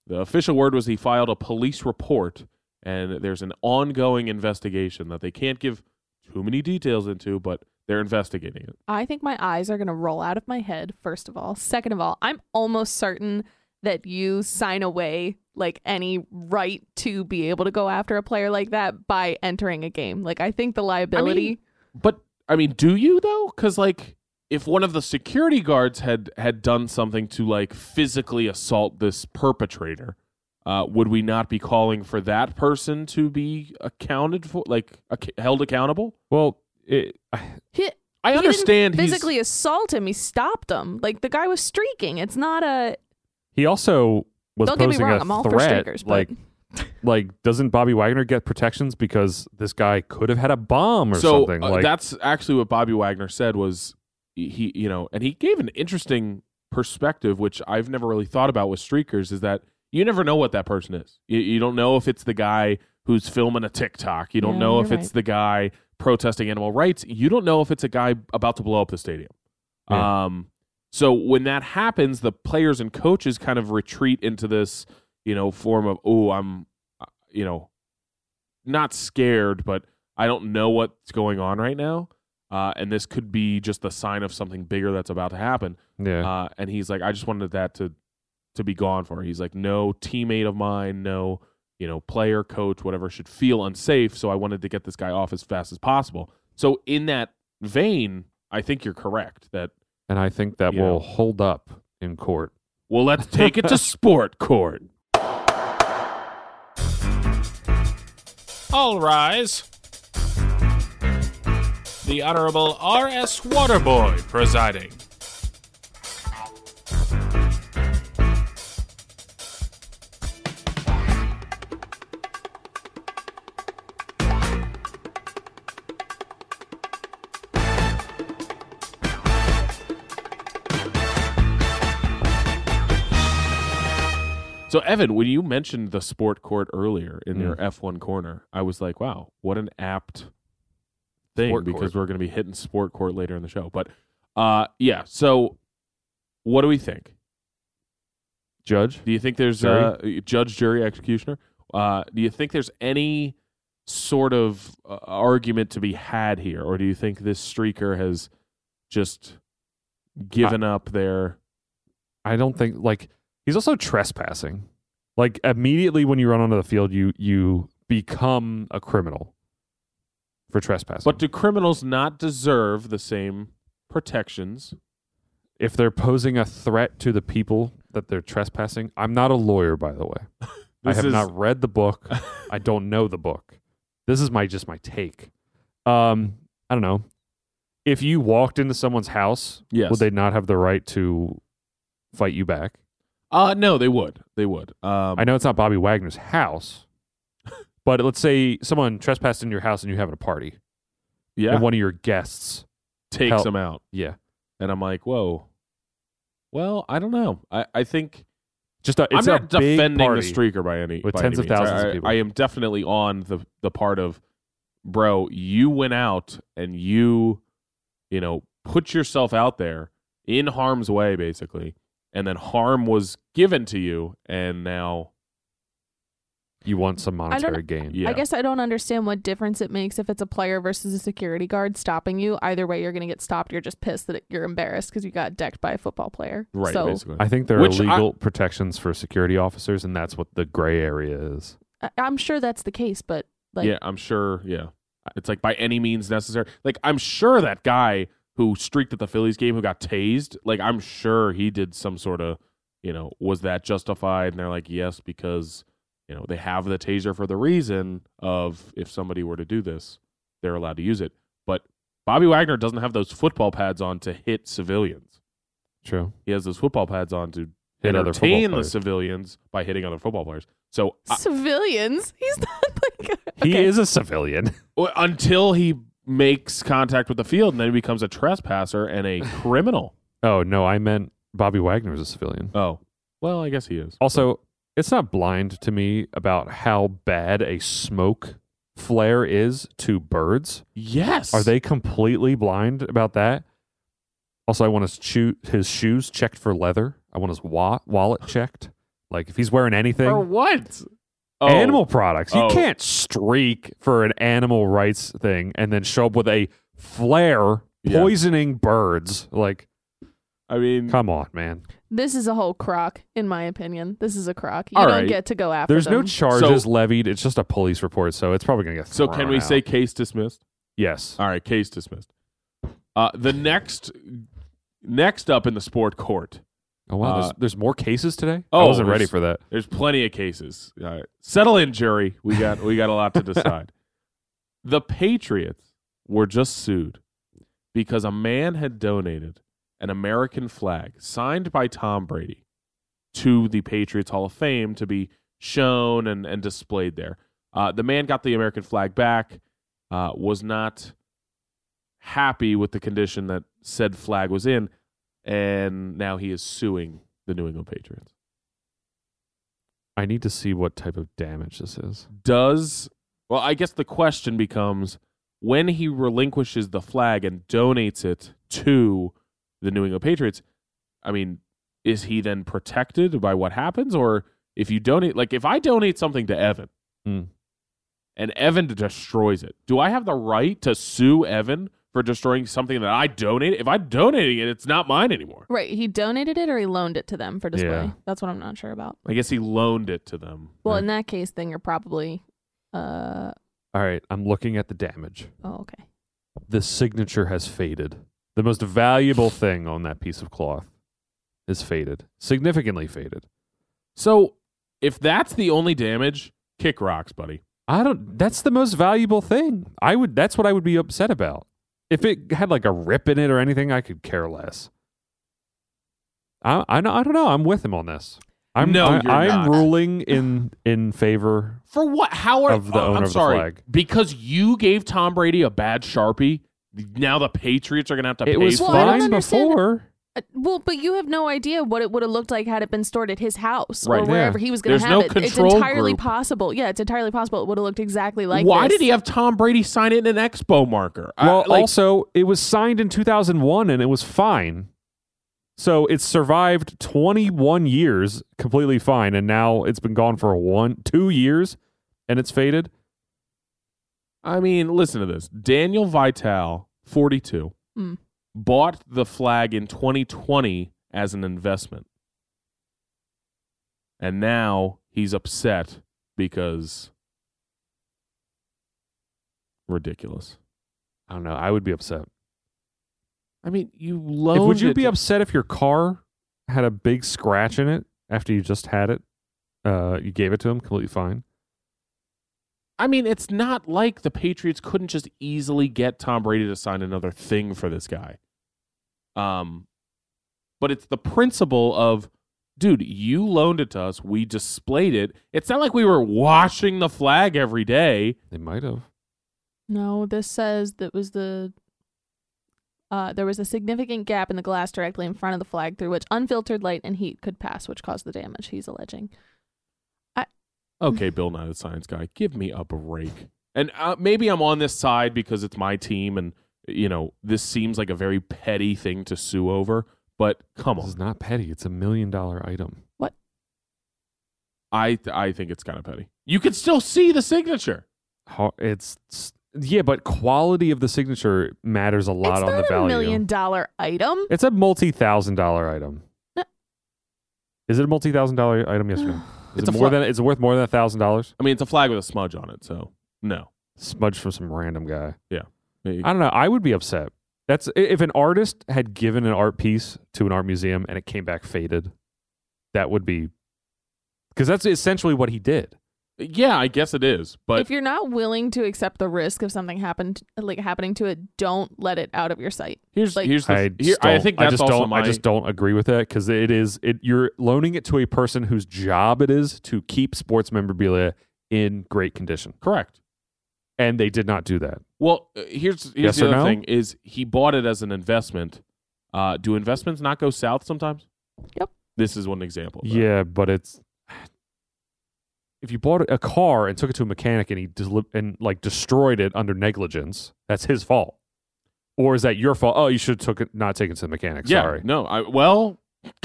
A: The official word was he filed a police report and there's an ongoing investigation that they can't give too many details into, but they're investigating it.
C: I think my eyes are going to roll out of my head, first of all. Second of all, I'm almost certain that you sign away like any right to be able to go after a player like that by entering a game. Like I think the liability
A: But I mean, do you though? Because like, if one of the security guards had had done something to like physically assault this perpetrator, uh, would we not be calling for that person to be accounted for, like ac- held accountable?
B: Well, it,
C: He-
A: I
C: he didn't
A: understand he's-
C: physically assault him. He stopped him. Like the guy was streaking. It's not a
B: he also was
C: Don't get me
B: posing
C: wrong,
B: a
C: I'm all for
B: threat.
C: streakers, but-
B: like, like doesn't Bobby Wagner get protections because this guy could have had a bomb or
A: so
B: something?
A: uh,
B: like
A: that's actually what Bobby Wagner said was he you know and he gave an interesting perspective which I've never really thought about with streakers is that you never know what that person is you, you don't know if it's the guy who's filming a TikTok you don't
C: Yeah,
A: know if
C: you're
A: it's the guy protesting animal rights you don't know if it's a guy about to blow up the stadium
B: Yeah.
A: um so when that happens the players and coaches kind of retreat into this you know form of oh I'm uh, you know not scared, but I don't know what's going on right now. Uh, and this could be just the sign of something bigger that's about to happen.
B: yeah.
A: Uh, and he's like, I just wanted that to to be gone for. He's like, no teammate of mine, no you know player, coach, whatever should feel unsafe. So I wanted to get this guy off as fast as possible. So in that vein, I think you're correct that
B: and I think that
A: you
B: will
A: know.
B: hold up in court.
A: well, let's take it to sport court.
F: All rise. The Honorable R.S. Waterboy presiding.
A: So Evan, when you mentioned the sport court earlier in
B: Mm.
A: your F1 corner, I was like, wow, what an apt thing
B: Sport
A: because
B: court.
A: we're going to be hitting sport court later in the show. But uh yeah, so what do we think?
B: Judge,
A: Do you think there's
B: Jury?
A: uh, judge, jury, executioner? Uh do you think there's any sort of uh, argument to be had here or do you think this streaker has just given up their
B: I don't think like he's also trespassing. Like immediately when you run onto the field, you you become a criminal for trespassing.
A: But do criminals not deserve the same protections
B: if they're posing a threat to the people that they're trespassing, I'm not a lawyer, by the way. I
A: This
B: have
A: is-
B: not read the book. I don't know the book. This is my just my take. Um, I don't know. If you walked into someone's house,
A: Yes.
B: would they not have the right to fight you back?
A: Uh no, they would. They would. Um
B: I know it's not Bobby Wagner's house, but let's say someone trespassed in your house and you're having a party,
A: yeah,
B: and one of your guests,
A: takes
B: help.
A: them out.
B: yeah,
A: And I'm like, "Whoa." Well, I don't know. I I think
B: just a, it's
A: I'm not
B: a big
A: defending
B: party.
A: the streaker by any
B: with
A: by
B: tens
A: any
B: of
A: means.
B: thousands
A: I,
B: of people.
A: I am definitely on the the part of bro, you went out and you you know, put yourself out there in harm's way basically, and then harm was given to you and now
B: You want some monetary gain.
A: yeah.
C: I guess I don't understand what difference it makes if it's a player versus a security guard stopping you. Either way, you're going to get stopped. You're just pissed that you're embarrassed because you got decked by a football player.
A: right
C: So
A: basically.
B: I think there are
A: Which I-
B: legal protections for security officers, and that's what the gray area is.
C: I- I'm sure that's the case, but like,
A: yeah, I'm sure. Yeah, it's like by any means necessary. Like I'm sure that guy who streaked at the Phillies game who got tased. Like I'm sure he did some sort of, you know, was that justified? And they're like, yes, because you know they have the taser for the reason of if somebody were to do this, they're allowed to use it. But Bobby Wagner doesn't have those football pads on to hit civilians.
B: True.
A: He has those football pads on to
B: Hit other football
A: entertain the
B: players.
A: civilians by hitting other football players. So I-
C: Civilians. He's not like.
B: He
C: Okay.
B: is a civilian.
A: Well, until he makes contact with the field, and then he becomes a trespasser and a criminal.
B: Oh no, I meant Bobby Wagner is a civilian.
A: Oh, well, I guess he is.
B: Also, it's not blind to me about how bad a smoke flare is to birds.
A: Yes.
B: Are they completely blind about that? Also, I want his, shoe, his shoes checked for leather. I want his wa- wallet checked. Like if he's wearing anything,
A: for what? Oh,
B: animal products. You
A: Oh.
B: can't streak for an animal rights thing and then show up with a flare
A: Yeah. Mm.
B: poisoning birds. Like,
A: I mean,
B: come on, man.
C: This is a whole crock, in my opinion. This is a crock. You
A: All
C: don't
A: right.
C: get to go after
B: There's no
C: them.
B: charges
A: So-
B: levied. It's just a police report, so it's probably gonna get.
A: so can
B: thrown
A: we
B: out.
A: say case dismissed?
B: yes?
A: All right, case dismissed. Uh, the next, next up in the sport court,
B: Oh wow,
A: Uh,
B: there's, there's more cases today. I
A: Oh,
B: wasn't ready
A: there's-
B: for that.
A: there's plenty of cases. All right, settle in, jury. We got we got a lot to decide. the Patriots were just sued because a man had donated an American flag signed by Tom Brady to the Patriots Hall of Fame to be shown and, and displayed there. Uh, the man got the American flag back, uh, was not happy with the condition that said flag was in, and now he is suing the New England Patriots.
B: I need to see what type of damage this is.
A: does well i guess the question becomes when he relinquishes the flag and donates it to the new england patriots i mean is he then protected by what happens or if you donate like if i donate something to evan
B: Hmm.
A: and evan destroys it do i have the right to sue evan for destroying something that i donated if i'm donating it it's not mine anymore
C: Right. He donated it or he loaned it to them for display.
B: Yeah.
C: That's what I'm not sure about.
A: i guess he loaned it to them
C: Well, in that case, then you're probably. Uh,
B: All right, I'm looking at the damage.
C: oh, okay.
B: The signature has faded. The most valuable thing on that piece of cloth is faded, significantly faded.
A: so if that's the only damage kick rocks buddy
B: I don't. That's the most valuable thing. I would. That's what I would be upset about. If it had like a rip in it or anything, I could care less. I I, don't- I don't know. I'm with him on this. I'm
A: No,
B: I,
A: you're
B: I'm
A: not.
B: ruling in in favor.
A: For what? How are?
B: Of the
A: oh,
B: owner
A: I'm
B: of the
A: sorry.
B: flag.
A: Because you gave Tom Brady a bad sharpie. Now the Patriots are going to have to pay
B: It was
A: for
C: Well, I don't
B: fine
C: understand-
B: before.
C: Uh, well, but you have no idea what it would have looked like had it been stored at his house
A: Right.
C: or
B: Yeah.
C: wherever he was going
A: There's
C: to have
A: no
C: it.
A: control
C: it's entirely
A: group.
C: possible. Yeah, it's entirely possible it would have looked exactly like
A: Why
C: this.
A: did he have Tom Brady sign it in an Expo marker? I-
B: Well,
A: like,
B: also it was signed in 2001 and it was fine. So it's survived 21 years completely fine, and now it's been gone for one two years, and it's faded.
A: I mean, listen to this. Daniel Vital, 42,
C: Mm.
A: bought the flag in 2020 as an investment, and now he's upset because ridiculous.
B: I don't know. I would be upset.
A: I mean, you
B: If,
A: loaned.
B: would you
A: it
B: be
A: to-
B: upset if your car had a big scratch in it after you just had it? Uh, you gave it to him completely fine.
A: I mean, it's not like the Patriots couldn't just easily get Tom Brady to sign another thing for this guy. Um, but it's the principle of, dude, you loaned it to us, we displayed it. It's not like we were washing the flag every day.
B: They might have.
C: No, this says that was the. Uh, there was a significant gap in the glass directly in front of the flag through which unfiltered light and heat could pass, which caused the damage he's alleging.
A: Okay, Bill Nye the Science Guy, give me a break. And uh, maybe I'm on this side because it's my team, and you know this seems like a very petty thing to sue over. But come
B: This
A: on,
B: is not petty. It's a million dollar item.
A: I I think it's kind of petty. You can still see the signature.
B: How, it's it's- yeah, but quality of the signature matters a lot
C: it's
B: on
C: not
B: the value.
C: a million dollar item.
B: It's a multi thousand dollar item.
C: No.
B: Is it a multi thousand dollar item? Yes or no? Is
A: It's
B: it
A: a
B: more
A: fla-
B: than? Is it worth more than a thousand dollars?
A: I mean, it's a flag with a smudge on it, so no. Uh,
B: Smudge from some random guy.
A: I-
B: I don't know. I would be upset. That's i- if an artist had given an art piece to an art museum and it came back faded. That would be because that's essentially what he did.
A: Yeah, I guess it is. But
C: if you're not willing to accept the risk of something happened like happening to it, don't let it out of your sight.
A: here's
C: like-
A: here's the
B: I,
A: here,
B: just
A: I
B: don't-
A: think that's
B: I just
A: also
B: don't.
A: my
B: I just don't agree with that because it is it. You're loaning it to a person whose job it is to keep sports memorabilia in great condition,
A: correct.
B: and they did not do that.
A: Well, uh, here's here's
B: Yes
A: the
B: or
A: other
B: no?
A: thing is he bought it as an investment. Uh, do investments not go south sometimes?
C: Yep.
A: This is one example. of that.
B: Yeah, but it's if you bought a car and took it to a mechanic and he deli- and like destroyed it under negligence, that's his fault. Or is that your fault? Oh, you should have took it, not taken to the mechanic.
A: Yeah.
B: Sorry,
A: No. I well,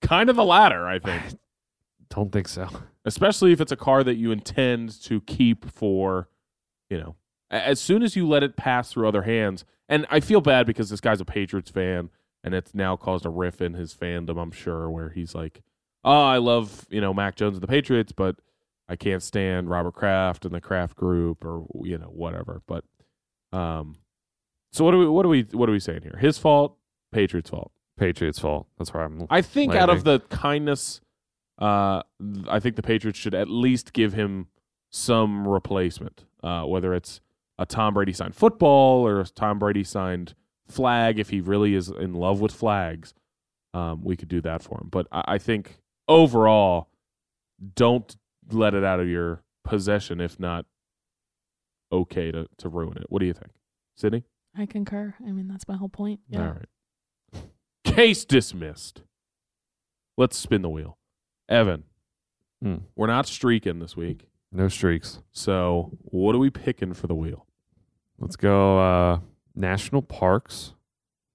A: kind of the latter, I think.
B: don't think so.
A: especially if it's a car that you intend to keep for, you know, a- as soon as you let it pass through other hands. And I feel bad because this guy's a Patriots fan, and it's now caused a riff in his fandom. I'm sure where he's like, "Oh, I love you know Mac Jones and the Patriots, but I can't stand Robert Kraft and the Kraft Group or you know whatever." But, um, so what do we what do we what are we saying here? His fault, Patriots fault.
B: Patriots' fault. That's where I'm.
A: I think out of the kindness, uh, th- I think the Patriots should at least give him some replacement, uh, whether it's a Tom Brady signed football or a Tom Brady signed flag. If he really is in love with flags, um, we could do that for him. But I, I think overall, don't let it out of your possession if not okay to, to ruin it. What do you think, Sydney?
C: I concur. I mean, that's my whole point. Yeah.
A: All right. Case dismissed. Let's spin the wheel. Evan,
B: Hmm.
A: we're not streaking this week.
B: no streaks.
A: So what are we picking for the wheel?
B: Let's go. Uh, national parks.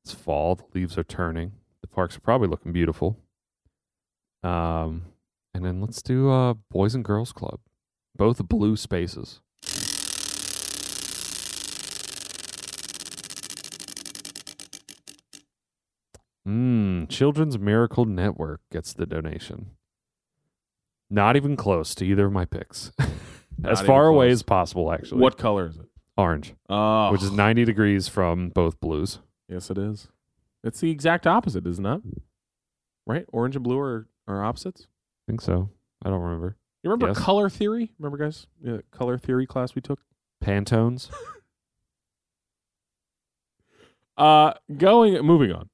B: It's fall. The leaves are turning. The parks are probably looking beautiful. Um, and then let's do uh, Boys and Girls Club. Both blue spaces. Mm, Children's Miracle Network gets the donation. Not even close to either of my picks. as
A: even
B: far away
A: close.
B: as possible, actually.
A: What color is it?
B: Orange
A: Oh,
B: which is 90 degrees from both blues.
A: yes, it is. It's the exact opposite, isn't it? Right? Orange and blue are, are opposites.
B: I think so. I don't remember.
A: You remember
B: Yes.
A: color theory? Remember, guys, the color theory class we took.
B: Pantones.
A: Uh, going, moving on.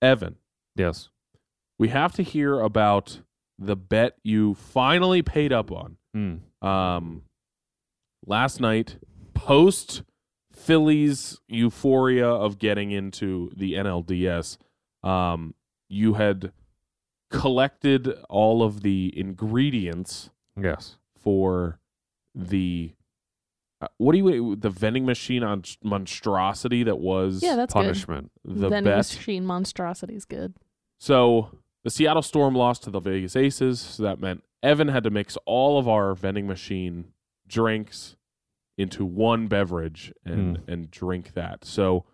A: Evan,
B: yes.
A: we have to hear about the bet you finally paid up on.
B: Mm.
A: um, last night post Phillies euphoria of getting into the NLDS. Um, you had collected all of the ingredients
B: Yes.
A: for the uh, what do you the vending machine on monstrosity that was
C: Yeah, that's
B: Punishment.
C: good.
A: the
C: then
A: best
C: machine monstrosity is good.
A: so the Seattle Storm lost to the Vegas Aces. So that meant Evan had to mix all of our vending machine drinks into one beverage and and drink that. So,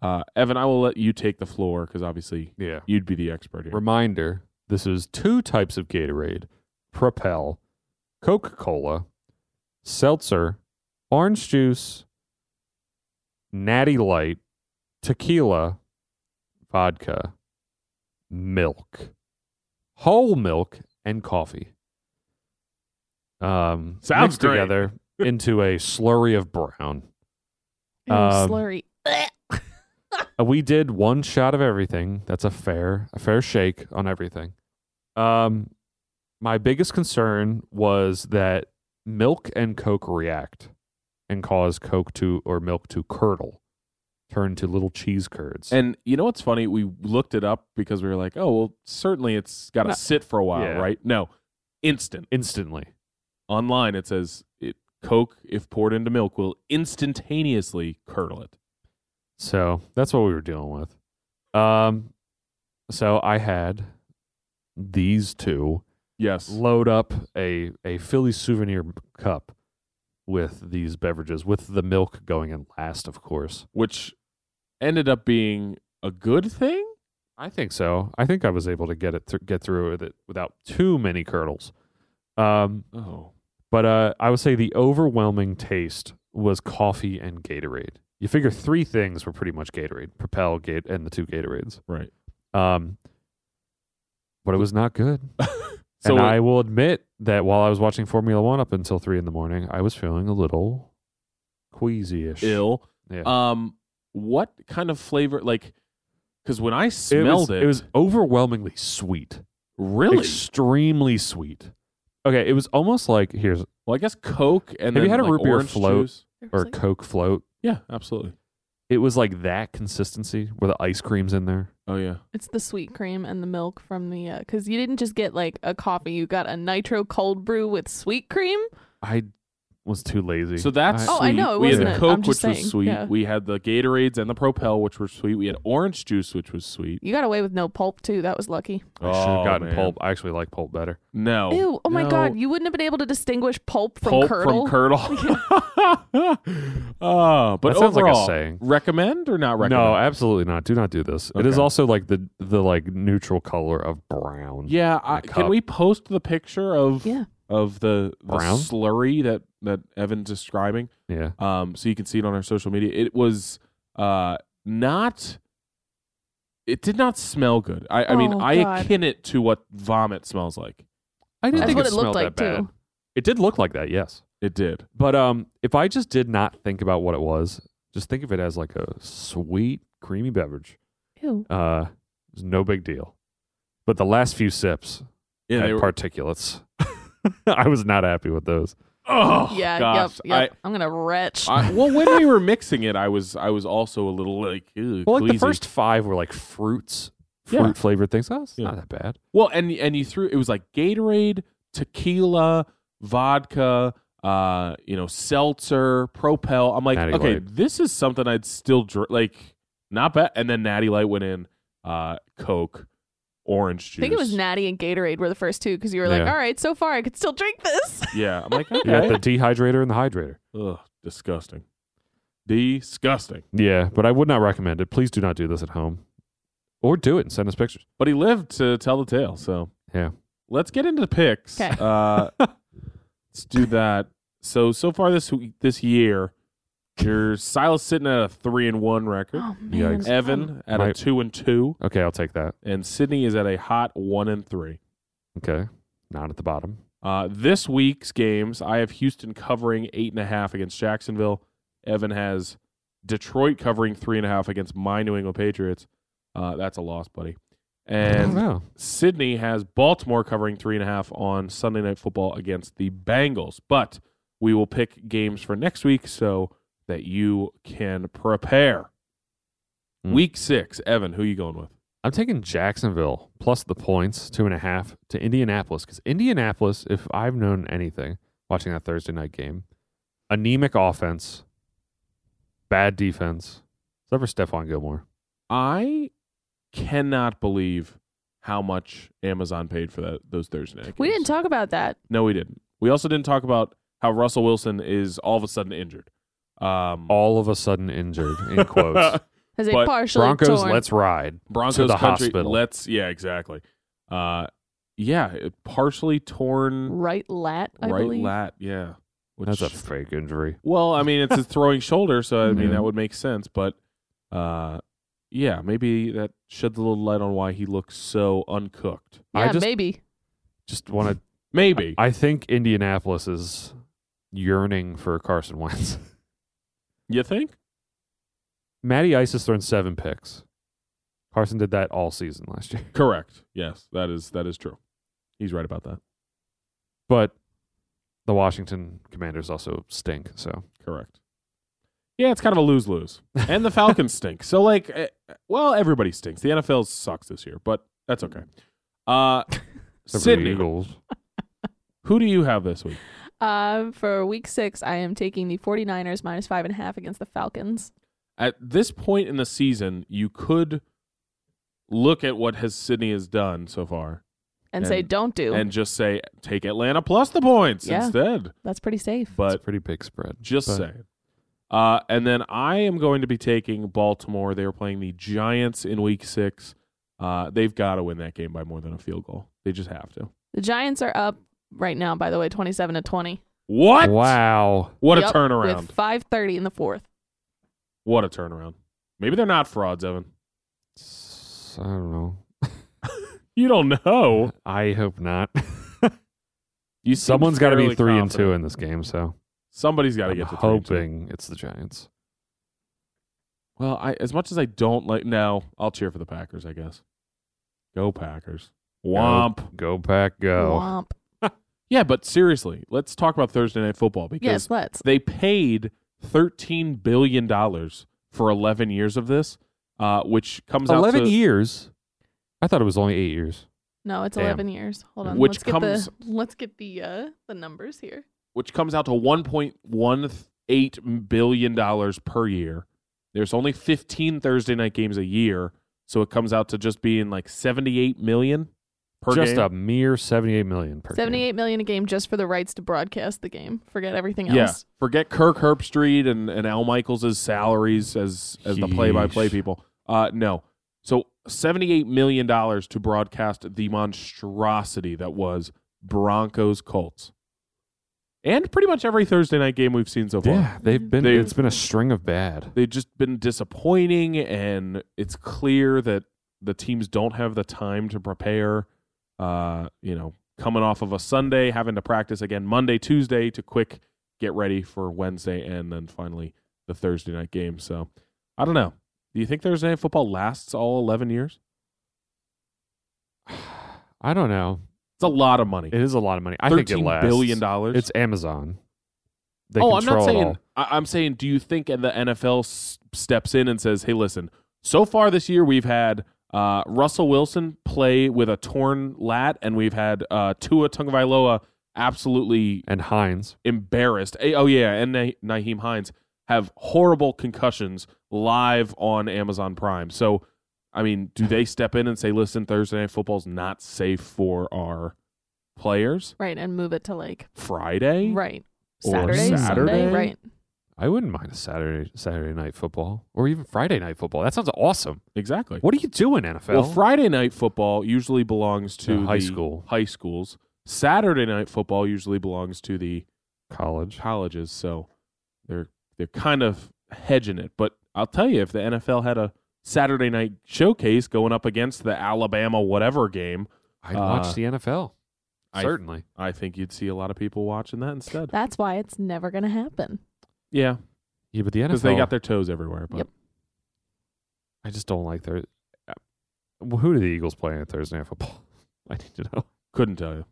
A: uh, Evan, I will let you take the floor because obviously
B: Yeah.
A: you'd be the expert here.
B: Reminder this is two types of Gatorade Propel, Coca Cola, Seltzer, Orange Juice, Natty Light, Tequila, Vodka, Milk, Whole Milk, and Coffee. Um,
A: Sounds
B: mixed
A: great.
B: together into a slurry of brown.
C: Ew,
B: Um,
C: slurry.
B: Uh, we did one shot of everything. That's a fair a fair shake on everything. Um my biggest concern was that milk and coke react and cause coke to or milk to curdle, turn to little cheese curds.
A: and you know what's funny? We looked it up because we were like, oh well, certainly it's got to
C: No.
A: sit for a while,
B: Yeah.
A: right? No, instant.
B: instantly.
A: Online it says it Coke if poured into milk will instantaneously curdle it.
B: So that's what we were dealing with. Um so I had these two
A: Yes.
B: load up a a Philly souvenir cup with these beverages, with the milk going in last, of course.
A: which ended up being a good thing.
B: I think so. I think I was able to get it thr- get through with it without too many curdles. Um,
A: Oh,
B: but uh, I would say the overwhelming taste was coffee and Gatorade. You figure three things were pretty much Gatorade: Propel, Gate, and the two Gatorades.
A: right.
B: Um, but it was not good.
A: So
B: and
A: it-
B: I will admit that while I was watching Formula One up until three in the morning, I was feeling a little queasy-ish.
A: ill.
B: Yeah.
A: Um, what kind of flavor? Like, because when I
B: it, was,
A: smelled it,
B: it was overwhelmingly sweet.
A: really
B: Extremely sweet. Okay, it was almost like here's
A: well. I guess Coke and
B: Have you
A: then,
B: had a
A: like,
B: root beer
A: orange
B: float?
A: juice.
B: or Coke float.
A: Yeah, absolutely.
B: It was like that consistency where the ice cream's in there.
A: Oh yeah,
C: It's the sweet cream and the milk from the because you didn't just get like a coffee, you got a nitro cold brew with sweet cream.
B: I was too lazy.
A: so that's
C: Oh, I
A: sweet.
C: know, it
A: we had
C: wasn't
A: the
C: it.
A: Coke,
C: I'm
A: which
C: just saying,
A: was sweet.
C: yeah.
A: We had the Gatorades and the Propel, which were sweet. We had orange juice, which was sweet.
C: You got away with no pulp too. That was lucky.
B: I, should have
A: Oh,
B: gotten
A: man.
B: pulp. I actually like pulp better.
A: No,
C: Ew! Oh my
A: No.
C: god, you wouldn't have been able to distinguish pulp
A: pulp
C: from curdle.
A: from curdle. Oh, but
B: That sounds like a
A: overall,
B: saying.
A: recommend or not recommend?
B: No, absolutely not. Do not do this. It is
A: Okay.
B: also like the the like neutral color of brown.
A: yeah. I,
B: The
A: can
B: cup.
A: we post the picture of
C: Yeah.
A: of the, the
B: Brown?
A: slurry that that Evan's describing?
B: Yeah.
A: um, so you can see it on our social media. It was uh, not. It did not smell good. I, I mean,
C: Oh,
A: I
C: God.
A: akin it to what vomit smells like.
B: I didn't
A: That's
B: think
C: what
B: it,
C: it looked
B: smelled that
C: like,
B: bad.
C: too.
B: It did look like that, yes.
A: It did.
B: But um if I just did not think about what it was, just think of it as like a sweet, creamy beverage.
C: Ew!
B: Uh it's no big deal. But the last few sips
A: Yeah,
B: had
A: they were.
B: particulates. I was not happy with those.
A: oh,
C: yeah,
A: gosh.
C: yep, yep. I, am gonna retch.
A: I, I, well, when we were mixing it, I was I was also a little like, ew,
B: Well, like the
A: queasy.
B: first five were like fruits,
A: Yeah.
B: fruit flavored things. Oh, it's
A: Yeah.
B: not that bad.
A: Well, and and you threw it was like Gatorade, tequila, vodka, uh, you know, seltzer, Propel. I'm like,
B: Natty
A: okay,
B: Light.
A: this is something I'd still dr- like, not bad. And then Natty Light went in, uh, Coke, orange juice.
C: think it was Natty and Gatorade were the first two because you were like,
B: Yeah.
C: all right, so far I could still drink this.
A: Yeah, I'm like,
B: You got
A: okay,
B: the dehydrator and the hydrator.
A: ugh, disgusting, disgusting.
B: Yeah, but I would not recommend it. Please do not do this at home. Or do it and send us pictures.
A: But he lived to tell the tale. So
B: Yeah.
A: let's get into the picks.
C: 'Kay.
A: Uh, let's do that. So so far this week- this year, your Silas sitting at a three and one record.
C: Oh man,
B: Yikes.
A: Evan at a
B: Right.
A: two and two,
B: Okay, I'll take that.
A: and Sydney is at a hot one and three.
B: Okay. Not at the bottom.
A: Uh, this week's games, I have Houston covering eight and a half against Jacksonville. Evan has Detroit covering three and a half against my New England Patriots. Uh, that's a loss, buddy.
B: I don't
A: And
B: know.
A: Sydney has Baltimore covering three and a half on Sunday Night Football against the Bengals. But we will pick games for next week so that you can prepare.
B: Mm.
A: Week six, Evan, who you going with?
B: I'm taking Jacksonville plus the points, two and a half, to Indianapolis. Because Indianapolis, if I've known anything watching that Thursday night game, anemic offense, bad defense, except for Stephon Gilmore.
A: I cannot believe how much Amazon paid for that those Thursday night.
C: we
A: games.
C: didn't talk about that.
A: No, we didn't. We also didn't talk about how Russell Wilson is all of a sudden injured. Um,
B: All of a sudden injured, in quotes.
C: As a
A: But
C: partially
B: Broncos,
C: torn.
B: let's ride.
A: Broncos
B: To the
A: country.
B: hospital.
A: Let's yeah, exactly. Uh, yeah, it- partially torn
C: right lat. I
A: right
C: believe.
A: lat. Yeah, which,
B: That's a fake injury.
A: well, I mean, it's his throwing shoulder, so I mean
B: Yeah.
A: that would make sense. But uh, yeah, maybe that sheds a little light on why he looks so uncooked.
C: Yeah,
B: I just-
C: maybe.
B: Just want to
A: Maybe
B: I think Indianapolis is yearning for Carson Wentz.
A: you think?
B: Matty Ice has thrown seven picks. Carson did that all season last year.
A: Correct. Yes, that is that is true. He's right about that.
B: But the Washington Commanders also stink. So
A: Correct. Yeah, it's kind of a lose lose. And the Falcons stink. So like, eh, well, everybody stinks. The NFL sucks this year, but that's okay. Uh,
B: except for the
A: Sydney,
B: Eagles.
A: who do you have this week?
C: Um, for week six, I am taking the 49ers minus five and a half against the Falcons.
A: At this point in the season, you could look at what has Sydney has done so far
C: And, say,
A: And-
C: don't do.
A: and just say take Atlanta plus the points
C: Yeah.
A: instead.
C: That's pretty safe.
B: It's a
A: But
B: pretty big spread.
A: just
B: But
A: saying. Uh, and then I am going to be taking Baltimore. They are playing the Giants in Week Six. Uh, they've got to win that game by more than a field goal. They just have to.
C: the Giants are up right now, by the way, 27 to 20.
A: What?
B: Wow.
A: What
C: Yep,
A: a turnaround.
C: With 5.30 in the fourth.
A: What a turnaround. Maybe they're not frauds, Evan.
B: S- I don't know.
A: You don't know.
B: I hope not.
A: You seem
B: Someone's got to be
A: fairly
B: three and
A: confident.
B: two in this game, so
A: Somebody's got to
B: I'm
A: get to three and two.
B: hoping it's the Giants.
A: Well, I as much as I don't like no, I'll cheer for the Packers, I guess. Go Packers. Womp.
B: Go, go pack,
A: Oh.
B: go.
C: Womp.
A: Yeah, but seriously, let's talk about Thursday night football because
C: Yes, let's.
A: they paid 13 billion dollars for 11 years of this, uh, which comes out
B: Eleven
A: to,
B: years. I thought it was only eight years.
C: No, it's
B: Damn.
C: eleven years. Hold on.
A: Which
C: let's
A: comes-
C: get the let's get the uh the numbers here.
A: which comes out to 1.18 billion dollars per year. There's only 15 Thursday night games a year, so it comes out to just being like 78 million per
B: Just
A: game.
B: a mere seventy-eight million per. game.
C: Seventy-eight million a game just for the rights to broadcast the game. Forget everything else.
A: Yeah, forget Kirk Herbstreit and and Al Michaels' salaries as as the
B: Yeesh.
A: play by play people. Uh, no, so seventy eight million dollars to broadcast the monstrosity that was Broncos Colts, and pretty much every Thursday night game we've seen so far.
B: Yeah, they've been.
A: They-
B: it's been a string of bad.
A: They've just been disappointing, and it's clear that the teams don't have the time to prepare. Uh, you know, coming off of a Sunday, having to practice again Monday, Tuesday to quick get ready for Wednesday, and then finally the Thursday night game. So, I don't know. Do you think Thursday night football lasts all eleven years?
B: I don't know.
A: It's a lot of money.
B: It is a lot of money. I
A: Thirteen billion
B: think it lasts.
A: dollars.
B: It's Amazon. They
A: oh, I'm
B: control
A: not
B: it
A: saying.
B: all.
A: I, I'm saying, do you think the NFL s- steps in and says, "Hey, listen, so far this year we've had uh, Russell Wilson play with a torn lat, and we've had uh, Tua Tungvailoa absolutely
B: And Heinz.
A: embarrassed. Eh, Oh yeah, and Na- Naheem Hines have horrible concussions live on Amazon Prime. So, I mean, do they step in and say, "Listen, Thursday Night Football's not safe for our players"?
C: Right, and move it to like
A: Friday,
C: right.
A: Or
C: Saturday, Sunday,
A: Saturday?
C: right.
B: I wouldn't mind a Saturday Saturday night football or even Friday night football. That sounds awesome.
A: Exactly.
B: What are you doing, NFL?
A: Well, Friday night football usually belongs to
B: To high
A: the
B: school.
A: high schools. Saturday night football usually belongs to the
B: College.
A: colleges, so they're they're kind of hedging it. But I'll tell you, if the NFL had a Saturday night showcase going up against the Alabama whatever game,
B: I'd
A: Uh,
B: watch the NFL.
A: I-
B: Certainly.
A: I think you'd see a lot of people watching that instead.
C: That's why it's never gonna happen.
A: Yeah,
B: Yeah, but the NFL.
A: because they got their toes everywhere. But
C: Yep.
B: I just don't like their. uh, Well, who do the Eagles play in Thursday night football? I need to know.
A: couldn't tell you.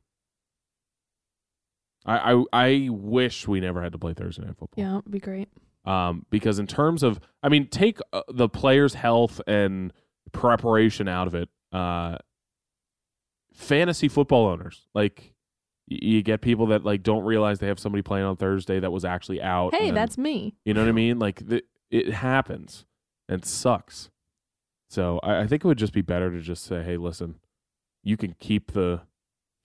A: I, I I wish we never had to play Thursday night football.
C: Yeah, it'd be great.
A: um, because in terms of, I mean, take uh, the player's health and preparation out of it. Uh, fantasy football owners, like y- you get people that like don't realize they have somebody playing on Thursday that was actually out.
C: Hey,
A: and-
C: that's me.
A: you know what I mean. Like th- it happens and sucks. So I, I think it would just be better to just say, hey, listen, you can keep the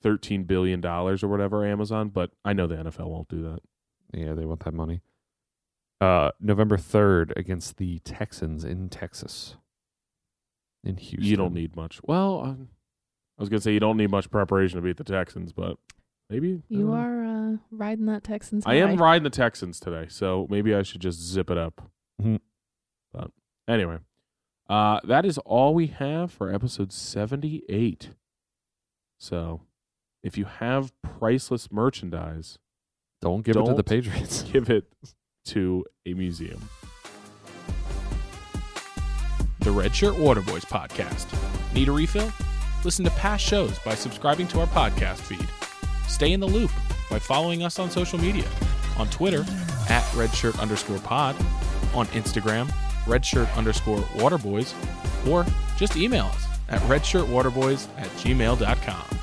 A: thirteen billion dollars or whatever Amazon, but I know the NFL won't do that.
B: Yeah, they want that money. Uh, November third against the Texans in Texas. In Houston.
A: You don't need much. Well, um, I was gonna say you don't need much preparation to beat the Texans, but maybe I don't
C: You
A: know.
C: are uh, riding that Texans.
A: I am
C: high.
A: riding the Texans today, so maybe I should just zip it up.
B: Mhm.
A: But anyway, uh, that is all we have for episode seventy-eight. So, if you have priceless merchandise,
B: Don't give it to the
A: Don't.
B: Patriots.
A: give it to a museum.
F: The Redshirt Waterboys podcast. Need a refill? Listen to past shows by subscribing to our podcast feed. Stay in the loop by following us on social media. On Twitter, at redshirt underscore pod. On Instagram, redshirt underscore waterboys. Or just email us at redshirtwaterboys at gmail.com.